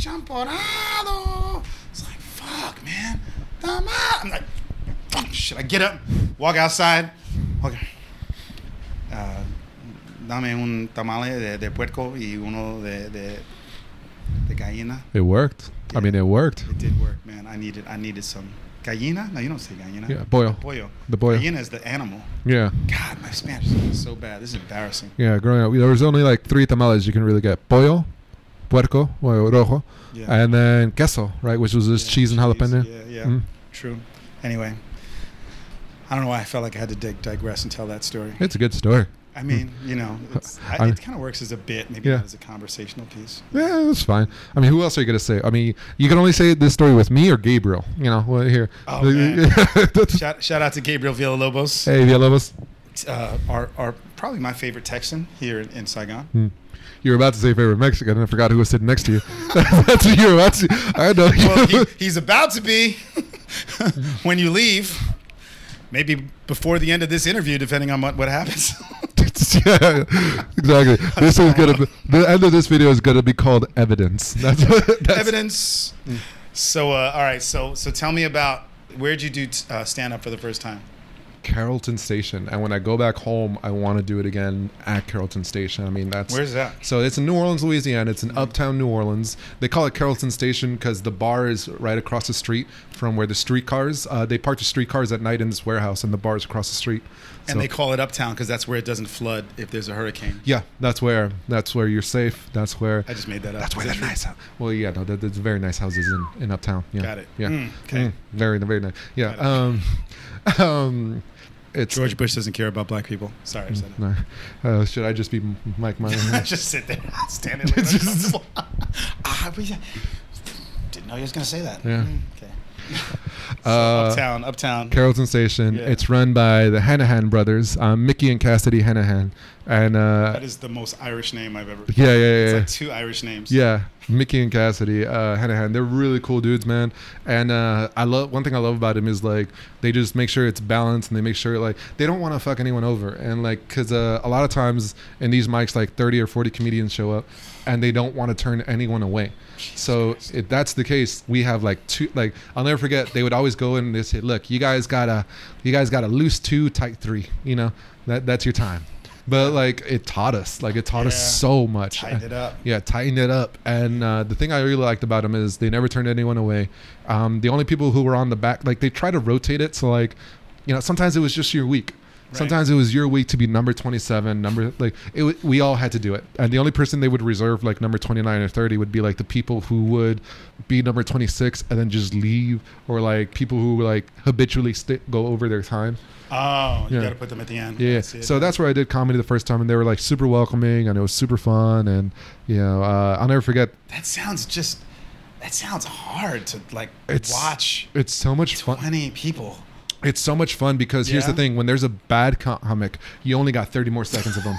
[SPEAKER 2] champorado. It's like, fuck, man. Tamales. I'm like, fuck, shit. I get up, walk outside. Okay. Uh, dame un tamale de, de puerco y uno de, de, de gallina.
[SPEAKER 1] It worked. I
[SPEAKER 2] Yeah.
[SPEAKER 1] mean, it worked.
[SPEAKER 2] It did work, man. I needed I needed some gallina. No, you don't say gallina.
[SPEAKER 1] Yeah, boil.
[SPEAKER 2] Pollo.
[SPEAKER 1] The boil.
[SPEAKER 2] Gallina is the animal.
[SPEAKER 1] Yeah.
[SPEAKER 2] God, my Spanish is so bad. This is embarrassing.
[SPEAKER 1] Yeah, growing up, there was only like three tamales you can really get pollo, puerco, or rojo,
[SPEAKER 2] Yeah.
[SPEAKER 1] and then queso, right? Which was just
[SPEAKER 2] Yeah,
[SPEAKER 1] cheese and jalapeno.
[SPEAKER 2] Yeah, yeah.
[SPEAKER 1] Mm.
[SPEAKER 2] True. Anyway, I don't know why I felt like I had to dig- digress and tell that story.
[SPEAKER 1] It's a good story.
[SPEAKER 2] I mean, you know, it's, I,
[SPEAKER 1] I'm-
[SPEAKER 2] it kind of works as a bit, maybe
[SPEAKER 1] Yeah.
[SPEAKER 2] not as a conversational piece.
[SPEAKER 1] Yeah, that's fine. I mean, who else are you gonna say? I mean, you can only say this story with me or Gabriel. You know, well, here.
[SPEAKER 2] Oh, man.
[SPEAKER 1] hey,
[SPEAKER 2] Shout, shout out to Gabriel Villalobos,
[SPEAKER 1] Villalobos.
[SPEAKER 2] uh, our, our probably my favorite Texan here in, in Saigon.
[SPEAKER 1] Hmm. You were about to say favorite Mexican, and I forgot who was sitting next to you. that's what you were about to. I know.
[SPEAKER 2] well, he, he's about to be when you leave. Maybe before the end of this interview, depending on what, what happens.
[SPEAKER 1] yeah, exactly. This is gonna. Be, the end of this video is gonna be called evidence. That's what. That's, Mm.
[SPEAKER 2] Evidence. So, uh, all right. So, so tell me about where'd you do t- uh, stand up for the first time?
[SPEAKER 1] Carrollton Station, and when I go back home, I want to do it again at Carrollton Station. I mean, that's
[SPEAKER 2] Where's that? Mm.
[SPEAKER 1] So it's in New Orleans, Louisiana. It's in uptown New Orleans. They call it Carrollton Station because the bar is right across the street from where the streetcars. Uh, they park the streetcars at night in this warehouse, and the bar's across the street.
[SPEAKER 2] And
[SPEAKER 1] So-
[SPEAKER 2] they call it Uptown because that's where it doesn't flood if there's a hurricane.
[SPEAKER 1] yeah, that's where that's where you're safe. That's where
[SPEAKER 2] I just made that up.
[SPEAKER 1] that's where
[SPEAKER 2] Is
[SPEAKER 1] that
[SPEAKER 2] that true?
[SPEAKER 1] nice house. Well, yeah, no, that, that's very nice houses in, in uptown. Yeah,
[SPEAKER 2] Got it.
[SPEAKER 1] Yeah,
[SPEAKER 2] Mm, okay.
[SPEAKER 1] very very nice. Yeah,
[SPEAKER 2] Got it.
[SPEAKER 1] um, um, it's
[SPEAKER 2] George Bush doesn't care about black people. Sorry, I said that.
[SPEAKER 1] No. Uh, should I just be M- Mike Myers?
[SPEAKER 2] just sit there, standing. Like
[SPEAKER 1] Just-
[SPEAKER 2] uncomfortable. Ah, we- didn't know you was gonna say that.
[SPEAKER 1] Yeah.
[SPEAKER 2] Mm, Okay. So,
[SPEAKER 1] uh,
[SPEAKER 2] uptown, Uptown.
[SPEAKER 1] Carrollton Station.
[SPEAKER 2] Yeah.
[SPEAKER 1] It's run by the Hanahan brothers, um, Mickey and Cassidy Hanahan, and uh,
[SPEAKER 2] That is the most Irish name I've ever.
[SPEAKER 1] yeah, yeah, yeah.
[SPEAKER 2] It's
[SPEAKER 1] yeah.
[SPEAKER 2] like two Irish names.
[SPEAKER 1] Yeah, Mickey and Cassidy uh, Hanahan. They're really cool dudes, man. And uh, I love one thing I love about them is like they just make sure it's balanced and they make sure like they don't want to fuck anyone over. And like because uh, a lot of times in these mics, like thirty or forty comedians show up, and they don't want to turn anyone away. So if that's the case, we have like two. Like I'll never forget, they would always go in and they say, "Look, you guys gotta, you guys gotta loose two, tight three. You know, that that's your time." But like it taught us, like it taught
[SPEAKER 2] Yeah.
[SPEAKER 1] us so much.
[SPEAKER 2] Tighten it up.
[SPEAKER 1] Yeah, tighten it up. And uh, the thing I really liked about them is they never turned anyone away. Um, the only people who were on the back, like they try to rotate it. So like, you know, sometimes it was just your week. Sometimes it was your week to be number 27, number like it. wa- We all had to do it, and the only person they would reserve like number 29 or 30 would be like the people who would be number 26 and then just leave, or like people who like habitually sti go over their time.
[SPEAKER 2] Oh, you
[SPEAKER 1] Yeah.
[SPEAKER 2] got to put them at the end.
[SPEAKER 1] Yeah.
[SPEAKER 2] I see it.
[SPEAKER 1] So that's where I did comedy the first time, and they were like super welcoming, and it was super fun, and you know uh, I'll never forget.
[SPEAKER 2] that sounds just that sounds hard to like
[SPEAKER 1] It's
[SPEAKER 2] watch
[SPEAKER 1] It's so much fun.
[SPEAKER 2] 20 people.
[SPEAKER 1] It's so much fun because here's the
[SPEAKER 2] Yeah.
[SPEAKER 1] thing: when there's a bad comic, you only got 30 more seconds of them.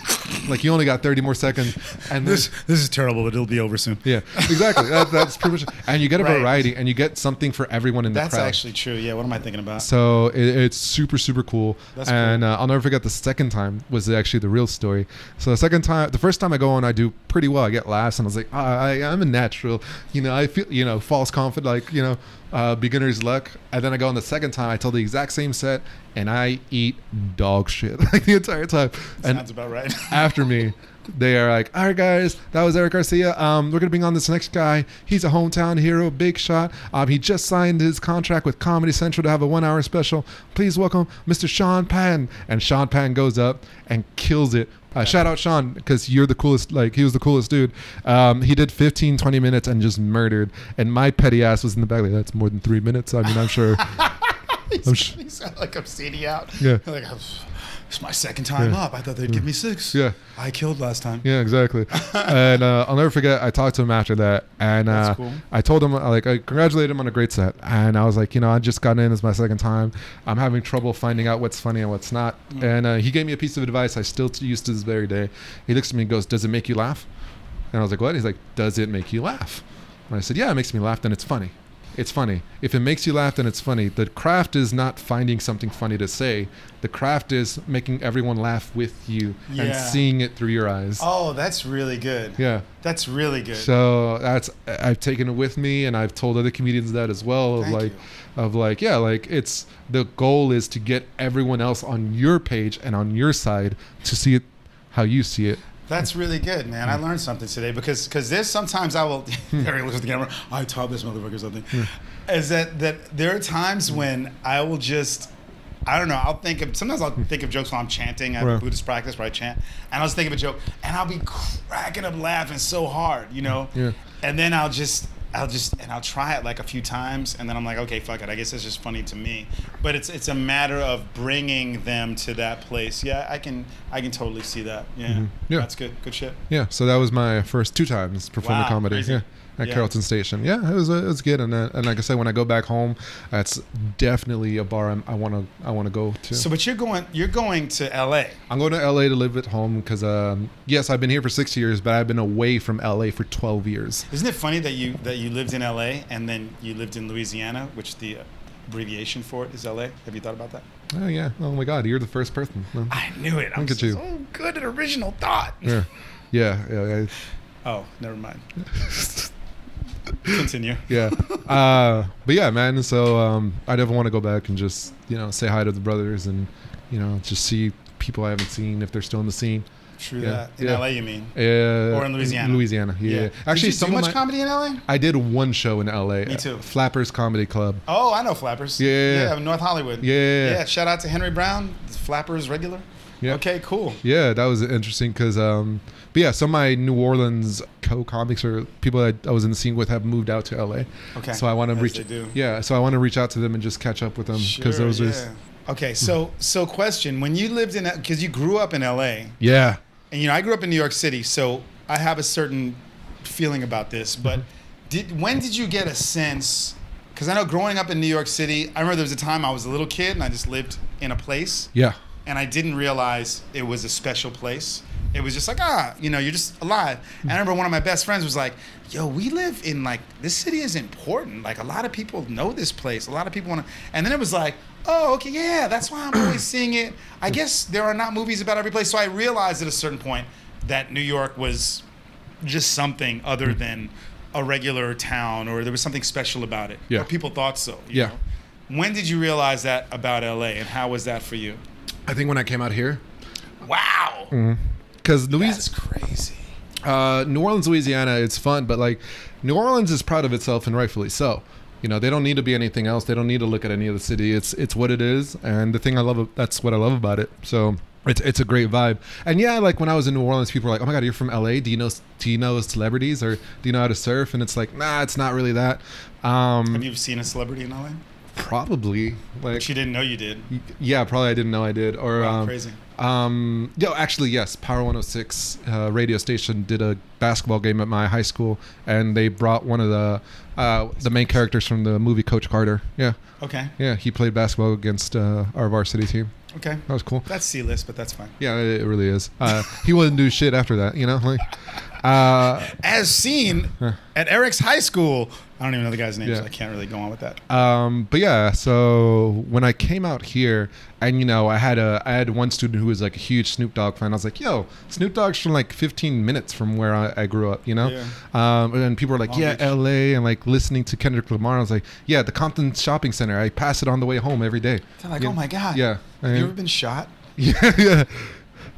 [SPEAKER 1] like you only got 30 more seconds, and
[SPEAKER 2] This
[SPEAKER 1] this.
[SPEAKER 2] this is terrible, but it'll be over soon.
[SPEAKER 1] Yeah, exactly. That, that's pretty much, and you get a
[SPEAKER 2] Right.
[SPEAKER 1] variety, and you get something for everyone in the
[SPEAKER 2] That's
[SPEAKER 1] crowd.
[SPEAKER 2] actually true. Yeah, what am I thinking about?
[SPEAKER 1] So it, it's super, super cool.
[SPEAKER 2] That's
[SPEAKER 1] and uh, I'll never forget the second time was actually the real story. So the second time, the first time I go on, I do pretty well. I get laughs, and I was like, "Ah, I, I, I'm a natural. You know, I feel, you know, false confident, like, you know, uh, beginner's luck. And then I go on the second time, I tell the exact same set, and I eat dog shit like the entire time. And
[SPEAKER 2] Sounds about right.
[SPEAKER 1] after me. They are like, all right, guys, that was Eric Garcia. Um, we're gonna bring on this next guy. He's a hometown hero, big shot. Um, he just signed his contract with Comedy Central to have a one-hour special. Please welcome Mr. Sean Patton. And Sean Patton goes up and kills it. Uh, shout out Sean because you're the coolest. Like he was the coolest dude. Um, he did 15, 20 minutes and just murdered. And my petty ass was in the back like, that's more than three minutes. I mean, I'm sure. I'm sh-
[SPEAKER 2] you sound like I'm CD out.
[SPEAKER 1] Yeah.
[SPEAKER 2] Like, "Oh, it's my second time
[SPEAKER 1] Yeah.
[SPEAKER 2] up. I thought they'd give me six.
[SPEAKER 1] Yeah.
[SPEAKER 2] I killed last time.
[SPEAKER 1] Yeah, exactly. and uh, I'll never forget. I talked to him after that, and
[SPEAKER 2] That's
[SPEAKER 1] uh,
[SPEAKER 2] cool.
[SPEAKER 1] I told him uh, like I congratulated him on a great set, and I was like, you know, I just got in. It's my second time. I'm having trouble finding out what's funny and what's not.
[SPEAKER 2] Mm.
[SPEAKER 1] And uh, he gave me a piece of advice I still t- use to this very day. He looks at me and goes, "Does it make you laugh?" And I was like, "What?" He's like, "Does it make you laugh?" And I said, "Yeah, it makes me laugh. Then it's funny." It's funny. If it makes you laugh, then it's funny. The craft is not finding something funny to say. The craft is making everyone laugh with you and
[SPEAKER 2] Yeah.
[SPEAKER 1] seeing it through your eyes.
[SPEAKER 2] Oh, that's really good.
[SPEAKER 1] Yeah.
[SPEAKER 2] That's really good.
[SPEAKER 1] So that's I've taken it with me, and I've told other comedians that as well. Of
[SPEAKER 2] Thank
[SPEAKER 1] like,
[SPEAKER 2] you.
[SPEAKER 1] of like, yeah, like it's the goal is to get everyone else on your page and on your side to see it how you see it.
[SPEAKER 2] That's really good, man. I
[SPEAKER 1] Hmm.
[SPEAKER 2] learned something today because because there's sometimes I will. Eric looks at the camera. I taught this motherfucker something.
[SPEAKER 1] Hmm.
[SPEAKER 2] Is that that there are times when I will just. I don't know. I'll think of sometimes I'll think of jokes while I'm chanting. I have a
[SPEAKER 1] Hmm. Right.
[SPEAKER 2] Buddhist practice where I chant, and I'll just think of a joke, and I'll be cracking up laughing so hard, you know.
[SPEAKER 1] Yeah.
[SPEAKER 2] And then I'll just, I'll just, and I'll try it like a few times, and then I'm like, okay, fuck it. I guess it's just funny to me. But it's it's a matter of bringing them to that place. Yeah, I can, I can totally see that. Yeah,
[SPEAKER 1] Yeah.
[SPEAKER 2] that's good. Good shit.
[SPEAKER 1] Yeah. So that was my first two times performing
[SPEAKER 2] Wow,
[SPEAKER 1] comedy.
[SPEAKER 2] crazy.
[SPEAKER 1] Yeah. At
[SPEAKER 2] Yeah.
[SPEAKER 1] Carrollton Station, yeah, it was uh, it was good, and uh, and like I said, when I go back home, that's definitely a bar I'm, I want to I want to go to.
[SPEAKER 2] So, but you're going, you're going to LA.
[SPEAKER 1] I'm going to LA to live at home because um, yes, I've been here for six years, but I've been away from LA for twelve years.
[SPEAKER 2] Isn't it funny that you that you lived in LA and then you lived in Louisiana, which the abbreviation for it is LA? Have you thought about that?
[SPEAKER 1] Oh yeah, oh my God, you're the first person. Well,
[SPEAKER 2] I knew it. I'm
[SPEAKER 1] Look at
[SPEAKER 2] so,
[SPEAKER 1] you.
[SPEAKER 2] so "Oh, good at original thought.
[SPEAKER 1] yeah, yeah, yeah. yeah.
[SPEAKER 2] Oh, never mind. Continue.
[SPEAKER 1] yeah. Uh, but yeah, man. So um, I definitely want to go back and just you know say hi to the brothers and you know just see people I haven't seen if they're still in the scene.
[SPEAKER 2] True
[SPEAKER 1] Yeah,
[SPEAKER 2] that. In
[SPEAKER 1] yeah.
[SPEAKER 2] LA, you mean?
[SPEAKER 1] Uh,
[SPEAKER 2] Or in Louisiana.
[SPEAKER 1] Louisiana, yeah. Actually,
[SPEAKER 2] Did you
[SPEAKER 1] some
[SPEAKER 2] do
[SPEAKER 1] of
[SPEAKER 2] much
[SPEAKER 1] my-
[SPEAKER 2] comedy in LA?
[SPEAKER 1] I did one show in L.A.
[SPEAKER 2] Me too.
[SPEAKER 1] uh, Flappers Comedy Club.
[SPEAKER 2] Oh, I know Flappers.
[SPEAKER 1] Yeah, yeah,
[SPEAKER 2] Yeah,
[SPEAKER 1] yeah.
[SPEAKER 2] North Hollywood.
[SPEAKER 1] Yeah, yeah, yeah.
[SPEAKER 2] Yeah. Shout out to Henry Brown, Flappers regular.
[SPEAKER 1] Yeah.
[SPEAKER 2] Okay, cool.
[SPEAKER 1] Yeah, that was interesting because, um, but yeah, some of my New Orleans co-comics or people that I was in the scene with have moved out to LA.
[SPEAKER 2] Okay.
[SPEAKER 1] So I want to
[SPEAKER 2] As
[SPEAKER 1] reach.
[SPEAKER 2] they do.
[SPEAKER 1] Yeah, so I want to reach out to them and just catch up with them because
[SPEAKER 2] Sure,
[SPEAKER 1] those was.
[SPEAKER 2] yeah. okay. So so question: When you lived in because you grew up in L.A.
[SPEAKER 1] Yeah.
[SPEAKER 2] and you know I grew up in New York City, so I have a certain feeling about this. But did when did you get a sense? Because I know growing up in New York City, I remember there was a time I was a little kid and I just lived in a place,
[SPEAKER 1] Yeah.
[SPEAKER 2] and I didn't realize it was a special place. It was just like ah, you know, you're just alive. And I remember one of my best friends was like, "Yo, we live in like this city is important. Like a lot of people know this place. A lot of people want to." And then it was like, "Oh, okay, yeah, that's why I'm always seeing it. I guess there are not movies about every place." So I realized at a certain point that New York was just something
[SPEAKER 1] Mm.
[SPEAKER 2] other than a regular town, or there was something special about it.
[SPEAKER 1] Yeah.
[SPEAKER 2] Or people thought so. you
[SPEAKER 1] Yeah.
[SPEAKER 2] know? When did you realize that about LA, and how was that for you?
[SPEAKER 1] I think when I came out here,
[SPEAKER 2] Wow.
[SPEAKER 1] Mm-hmm. because Louis,
[SPEAKER 2] That's crazy.
[SPEAKER 1] uh, New Orleans, Louisiana, it's fun, but like New Orleans is proud of itself and rightfully so. You know, they don't need to be anything else. They don't need to look at any of the city. It's it's what it is, and the thing I love that's what I love about it. So. It's, it's a great vibe, and yeah, like when I was in New Orleans, people were like, "Oh my God, you're from LA? Do you know do you know celebrities or do you know how to surf?" And it's like, nah, it's not really that.
[SPEAKER 2] Have
[SPEAKER 1] Um,
[SPEAKER 2] you seen a celebrity in LA?
[SPEAKER 1] probably like
[SPEAKER 2] She didn't know you did.
[SPEAKER 1] yeah, probably I didn't know I did. Or
[SPEAKER 2] Wow,
[SPEAKER 1] um,
[SPEAKER 2] crazy.
[SPEAKER 1] Um, yo, actually, yes, Power 106 uh, radio station did a basketball game at my high school, and they brought one of the uh, the main characters from the movie Coach Carter. Yeah,
[SPEAKER 2] Okay.
[SPEAKER 1] yeah, he played basketball against uh, our varsity team.
[SPEAKER 2] Okay.
[SPEAKER 1] That was cool.
[SPEAKER 2] That's C list, but that's fine.
[SPEAKER 1] Yeah, it it really is. Uh, he wouldn't do shit after that, you know. Like, uh,
[SPEAKER 2] As seen at Eric's high school. I don't even know the guy's name, so
[SPEAKER 1] Yeah.
[SPEAKER 2] I can't really go on with that.
[SPEAKER 1] Um, but yeah, so when I came out here, and you know, I had a I had one student who was like a huge Snoop Dogg fan. I was like, "Yo, Snoop Dogg's from like 15 minutes from where I, I grew up," you know.
[SPEAKER 2] Yeah.
[SPEAKER 1] Um, and then people were like,
[SPEAKER 2] Long
[SPEAKER 1] "Yeah,
[SPEAKER 2] Beach.
[SPEAKER 1] L.A." and like listening to Kendrick Lamar. I was like, "Yeah, the Compton Shopping Center. I pass it on the way home every day."
[SPEAKER 2] They're like,
[SPEAKER 1] Yeah.
[SPEAKER 2] oh my God.
[SPEAKER 1] Yeah.
[SPEAKER 2] Have you ever
[SPEAKER 1] And-
[SPEAKER 2] been shot?
[SPEAKER 1] yeah, yeah.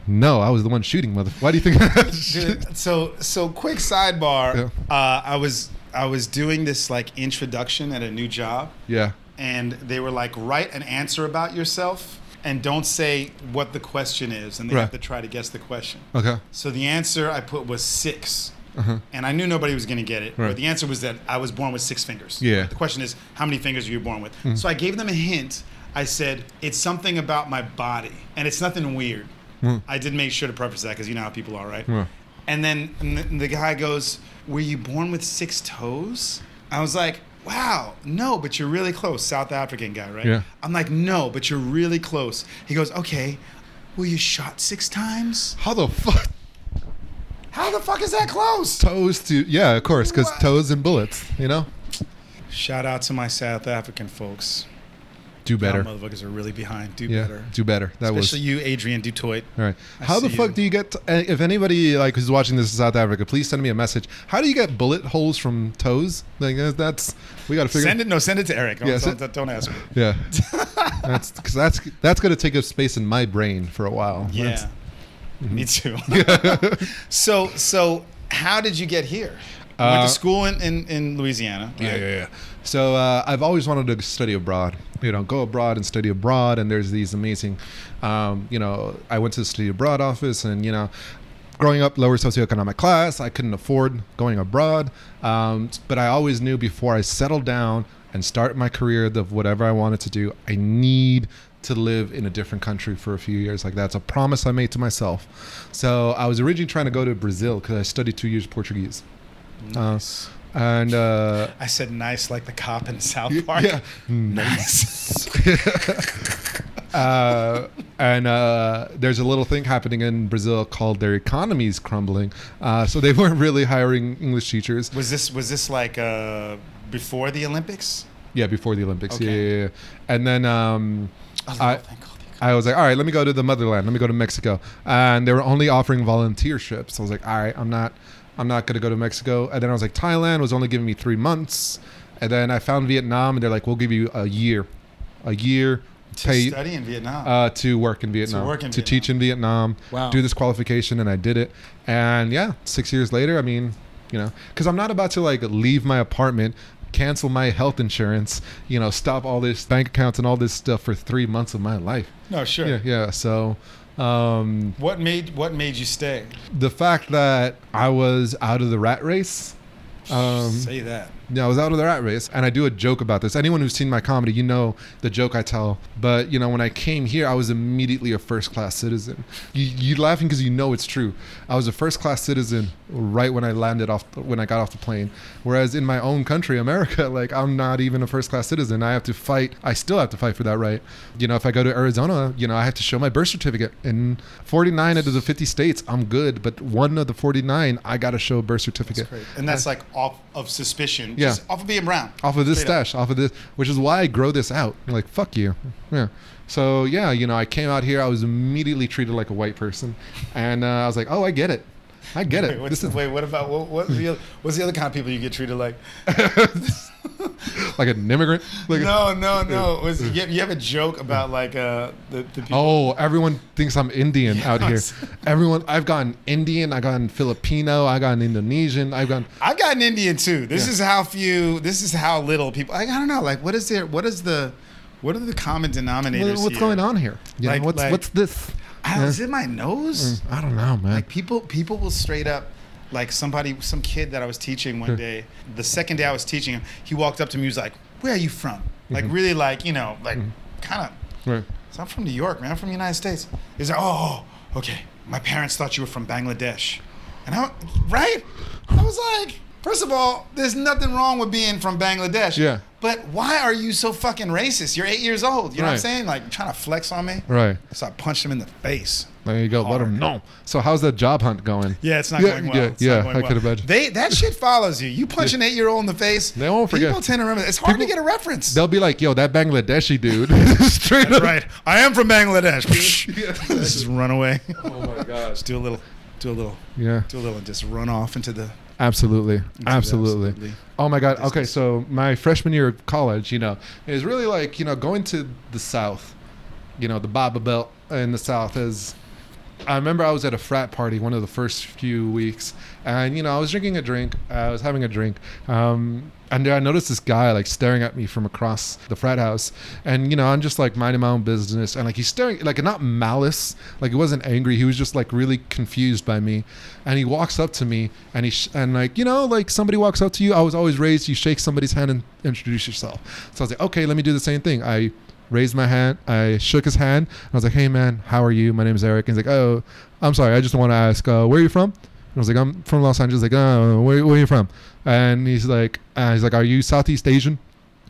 [SPEAKER 1] No, I was the one shooting, mother. Why do you think?
[SPEAKER 2] Dude, so so quick sidebar.
[SPEAKER 1] Yeah.
[SPEAKER 2] Uh, I was I was doing this like introduction at a new job,
[SPEAKER 1] yeah.
[SPEAKER 2] and they were like, write an answer about yourself, and don't say what the question is, and they have
[SPEAKER 1] Right.
[SPEAKER 2] to try to guess the question.
[SPEAKER 1] Okay.
[SPEAKER 2] So the answer I put was six.
[SPEAKER 1] Uh-huh.
[SPEAKER 2] And I knew nobody was going to get it.
[SPEAKER 1] Right.
[SPEAKER 2] But the answer was that I was born with six fingers.
[SPEAKER 1] Yeah. Mm-hmm.
[SPEAKER 2] The question is, how many fingers are you born with? So I gave them a hint. I said, it's something about my body, and it's nothing weird. I did make sure to preface that because you know how people are, right?
[SPEAKER 1] Mm. Yeah.
[SPEAKER 2] And then and the, and the guy goes, Were you born with six toes? I was like, Wow, no, but you're really close. South African guy, right?
[SPEAKER 1] Yeah.
[SPEAKER 2] I'm like, No, but you're really close. He goes, Okay, were you shot six times?
[SPEAKER 1] How the fuck
[SPEAKER 2] How the fuck is that close?
[SPEAKER 1] toes to? Yeah, of course, because
[SPEAKER 2] What?
[SPEAKER 1] toes and bullets. You know,
[SPEAKER 2] Shout out to my South African folks.
[SPEAKER 1] do better.
[SPEAKER 2] Y'all motherfuckers are really behind. Do
[SPEAKER 1] yeah,
[SPEAKER 2] better.
[SPEAKER 1] do better. That was
[SPEAKER 2] Especially you, Adrian Dutoit.
[SPEAKER 1] All right.
[SPEAKER 2] I
[SPEAKER 1] How the
[SPEAKER 2] see
[SPEAKER 1] fuck
[SPEAKER 2] you.
[SPEAKER 1] do you get? uh, if anybody like who's watching this in South Africa, please send me a message. How do you get bullet holes from toes? Like uh, that's we got to figure.
[SPEAKER 2] Send it. No, send it to Eric. Don't,
[SPEAKER 1] Yeah,
[SPEAKER 2] don't,
[SPEAKER 1] send-
[SPEAKER 2] don't, don't ask me.
[SPEAKER 1] Yeah. that's because that's that's gonna take up space in my brain for a while.
[SPEAKER 2] Yeah.
[SPEAKER 1] That's- Mm-hmm.
[SPEAKER 2] Me too. so, so how did you get here? You went
[SPEAKER 1] Uh,
[SPEAKER 2] to school in, in, in Louisiana.
[SPEAKER 1] Yeah,
[SPEAKER 2] right?
[SPEAKER 1] yeah, yeah. So uh, I've always wanted to study abroad. You know, go abroad and study abroad. And there's these amazing, um, you know, I went to the study abroad office, and you know, growing up lower socioeconomic class, I couldn't afford going abroad. Um, but I always knew before I settled down and start my career of whatever I wanted to do, I need to live in a different country for a few years. Like that's a promise I made to myself. So I was originally trying to go to Brazil because I studied two years Portuguese,
[SPEAKER 2] Nice.
[SPEAKER 1] and. Uh,
[SPEAKER 2] I said nice like the cop in South
[SPEAKER 1] Y-
[SPEAKER 2] Park.
[SPEAKER 1] Yeah,
[SPEAKER 2] Nice.
[SPEAKER 1] uh, and uh, there's a little thing happening in Brazil called their economy's crumbling. Uh, so they weren't really hiring English teachers.
[SPEAKER 2] was this was this like uh, before the Olympics?
[SPEAKER 1] Yeah, before the Olympics. Yeah,
[SPEAKER 2] Okay.
[SPEAKER 1] yeah, yeah. And then um,
[SPEAKER 2] Oh,
[SPEAKER 1] I-
[SPEAKER 2] thank God.
[SPEAKER 1] I was like, all right, let me go to the motherland. Let me go to Mexico. And they were only offering volunteerships. I was like, all right, I'm not, I'm not gonna go to Mexico. And then I was like, Thailand was only giving me three months. And then I found Vietnam, and they're like, we'll give you a year, a year.
[SPEAKER 2] To study in Vietnam.
[SPEAKER 1] uh, to work in Vietnam,
[SPEAKER 2] work in Vietnam.
[SPEAKER 1] teach in Vietnam,
[SPEAKER 2] Wow.
[SPEAKER 1] do this qualification, and I did it. And yeah, six years later, I mean, you know, because I'm not about to like leave my apartment, cancel my health insurance, you know, stop all this bank accounts and all this stuff for three months of my life.
[SPEAKER 2] no, sure.
[SPEAKER 1] Yeah, yeah. So um,
[SPEAKER 2] What made what made you stay?
[SPEAKER 1] the fact that I was out of the rat race. Um,
[SPEAKER 2] Say that.
[SPEAKER 1] Yeah, I was out of the rat race, and I do a joke about this. Anyone who's seen my comedy, you know the joke I tell. But you know, when I came here, I was immediately a first-class citizen. You, you're laughing because you know it's true. I was a first-class citizen right when I landed off, when I got off the plane. Whereas in my own country, America, like I'm not even a first-class citizen. I have to fight. I still have to fight for that right. You know, if I go to Arizona, you know, I have to show my birth certificate. In 49 out of the 50 states, I'm good, but one of the 49, I got to show a birth certificate.
[SPEAKER 2] And that's like off of suspicion.
[SPEAKER 1] Yeah.
[SPEAKER 2] Just off of being brown.
[SPEAKER 1] off of this
[SPEAKER 2] Straight up.
[SPEAKER 1] stash, off of this, which is why I grow this out. You're like, fuck you. Yeah. So, yeah, you know, I came out here, I was immediately treated like a white person. And uh, I was like, oh, I get it. I get
[SPEAKER 2] Wait,
[SPEAKER 1] it.
[SPEAKER 2] what's
[SPEAKER 1] This
[SPEAKER 2] the,
[SPEAKER 1] is,
[SPEAKER 2] wait, what about what, what's, the other, what's the other kind of people you get treated like?
[SPEAKER 1] like an immigrant. Like a-
[SPEAKER 2] No, no, no. It was you have, you have a joke about like uh the, the people.
[SPEAKER 1] Oh, everyone thinks I'm Indian out here.
[SPEAKER 2] Yes.
[SPEAKER 1] Everyone, I've gotten Indian, I've gotten Filipino, I've gotten Indonesian, I've gotten.
[SPEAKER 2] I've gotten Indian too. This is how few. This is how little people. Like, I don't know. Like, what is there? What is the? What are the common denominators?
[SPEAKER 1] What, what's
[SPEAKER 2] here?
[SPEAKER 1] going on here? You
[SPEAKER 2] Like-
[SPEAKER 1] know, what's
[SPEAKER 2] like-
[SPEAKER 1] what's this?
[SPEAKER 2] I don't, is it my nose?
[SPEAKER 1] I don't know, man.
[SPEAKER 2] Like people, people will straight up, like somebody, some kid that I was teaching
[SPEAKER 1] Hmm.
[SPEAKER 2] one day. The second day I was teaching him, he walked up to me. He was like, "Where are you from?"
[SPEAKER 1] Hmm.
[SPEAKER 2] Like really, like you know, like kind of.
[SPEAKER 1] Right.
[SPEAKER 2] So I'm from New York, man. I'm from the United States. He's like, "Oh, okay. My parents thought you were from Bangladesh," and I, right? I was like, first of all, there's nothing wrong with being from Bangladesh.
[SPEAKER 1] Yeah.
[SPEAKER 2] But why are you so fucking racist? You're eight years old. You know what I'm
[SPEAKER 1] Right.
[SPEAKER 2] saying? Like trying to flex on me.
[SPEAKER 1] Right.
[SPEAKER 2] So I punched him in the face.
[SPEAKER 1] There you go. Let 'em Let them know. So, how's that job hunt going?
[SPEAKER 2] Yeah, it's not
[SPEAKER 1] Yeah,
[SPEAKER 2] going well.
[SPEAKER 1] yeah,
[SPEAKER 2] It's not
[SPEAKER 1] yeah,
[SPEAKER 2] going
[SPEAKER 1] I
[SPEAKER 2] well.
[SPEAKER 1] could imagine.
[SPEAKER 2] They that shit follows you. You punch an eight year old in the face.
[SPEAKER 1] They won't forget.
[SPEAKER 2] People tend to remember. It's hard
[SPEAKER 1] People-
[SPEAKER 2] to get a reference.
[SPEAKER 1] They'll be like, yo, that Bangladeshi dude. Straight up.
[SPEAKER 2] Right. I am from Bangladesh. This is run away.
[SPEAKER 1] Oh my gosh.
[SPEAKER 2] Just do a little. Do a little.
[SPEAKER 1] Yeah.
[SPEAKER 2] Do a little and just run off into the.
[SPEAKER 1] Absolutely. Absolutely.
[SPEAKER 2] absolutely.
[SPEAKER 1] Oh my God. Okay. So, my freshman year of college, you know, is really like, you know, going to the South, you know, the Baba Belt in the South is. I remember I was at a frat party one of the first few weeks, and you know I was drinking a drink. uh, I was having a drink, um, and I noticed this guy like staring at me from across the frat house, and you know I'm just like minding my own business, and like he's staring like not malice, like he wasn't angry. He was just like really confused by me, and he walks up to me, and he sh- and like you know like somebody walks up to you. I was always raised you shake somebody's hand and introduce yourself. So I was like, okay, let me do the same thing. I raised my hand. I shook his hand. I was like, "Hey, man, how are you? My name is Eric." And he's like, "Oh, I'm sorry. I just want to ask, uh, where are you from?" And I was like, "I'm from Los Angeles." Like, "Oh, where, where are you from?" And he's like, uh, "He's like, are you Southeast Asian?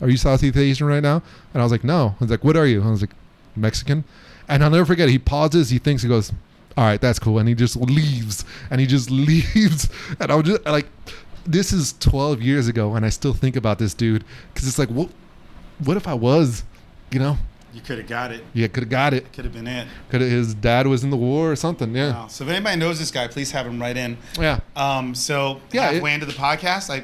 [SPEAKER 1] Are you Southeast Asian right now?" And I was like, "No." He's like, "What are you?" And I was like, "Mexican." And I'll never forget. He pauses. He thinks. He goes, "All right, that's cool." And he just leaves. And he just leaves. And I was just like. This is 12 years ago, and I still think about this dude because it's like, what? What if I was, you know?
[SPEAKER 2] You could have got it.
[SPEAKER 1] Yeah, could have got it.
[SPEAKER 2] Could have been it.
[SPEAKER 1] Could his dad was in the war or something. Yeah,
[SPEAKER 2] Wow. So if anybody knows this guy, please have him right in.
[SPEAKER 1] yeah.
[SPEAKER 2] Um, so
[SPEAKER 1] Yeah,
[SPEAKER 2] halfway into the podcast, I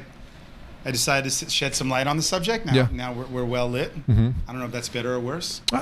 [SPEAKER 2] I decided to s- shed some light on the subject. Now,
[SPEAKER 1] Yeah. Mm-hmm.
[SPEAKER 2] now we're, we're well lit. I don't know if that's better or worse.
[SPEAKER 1] Uh,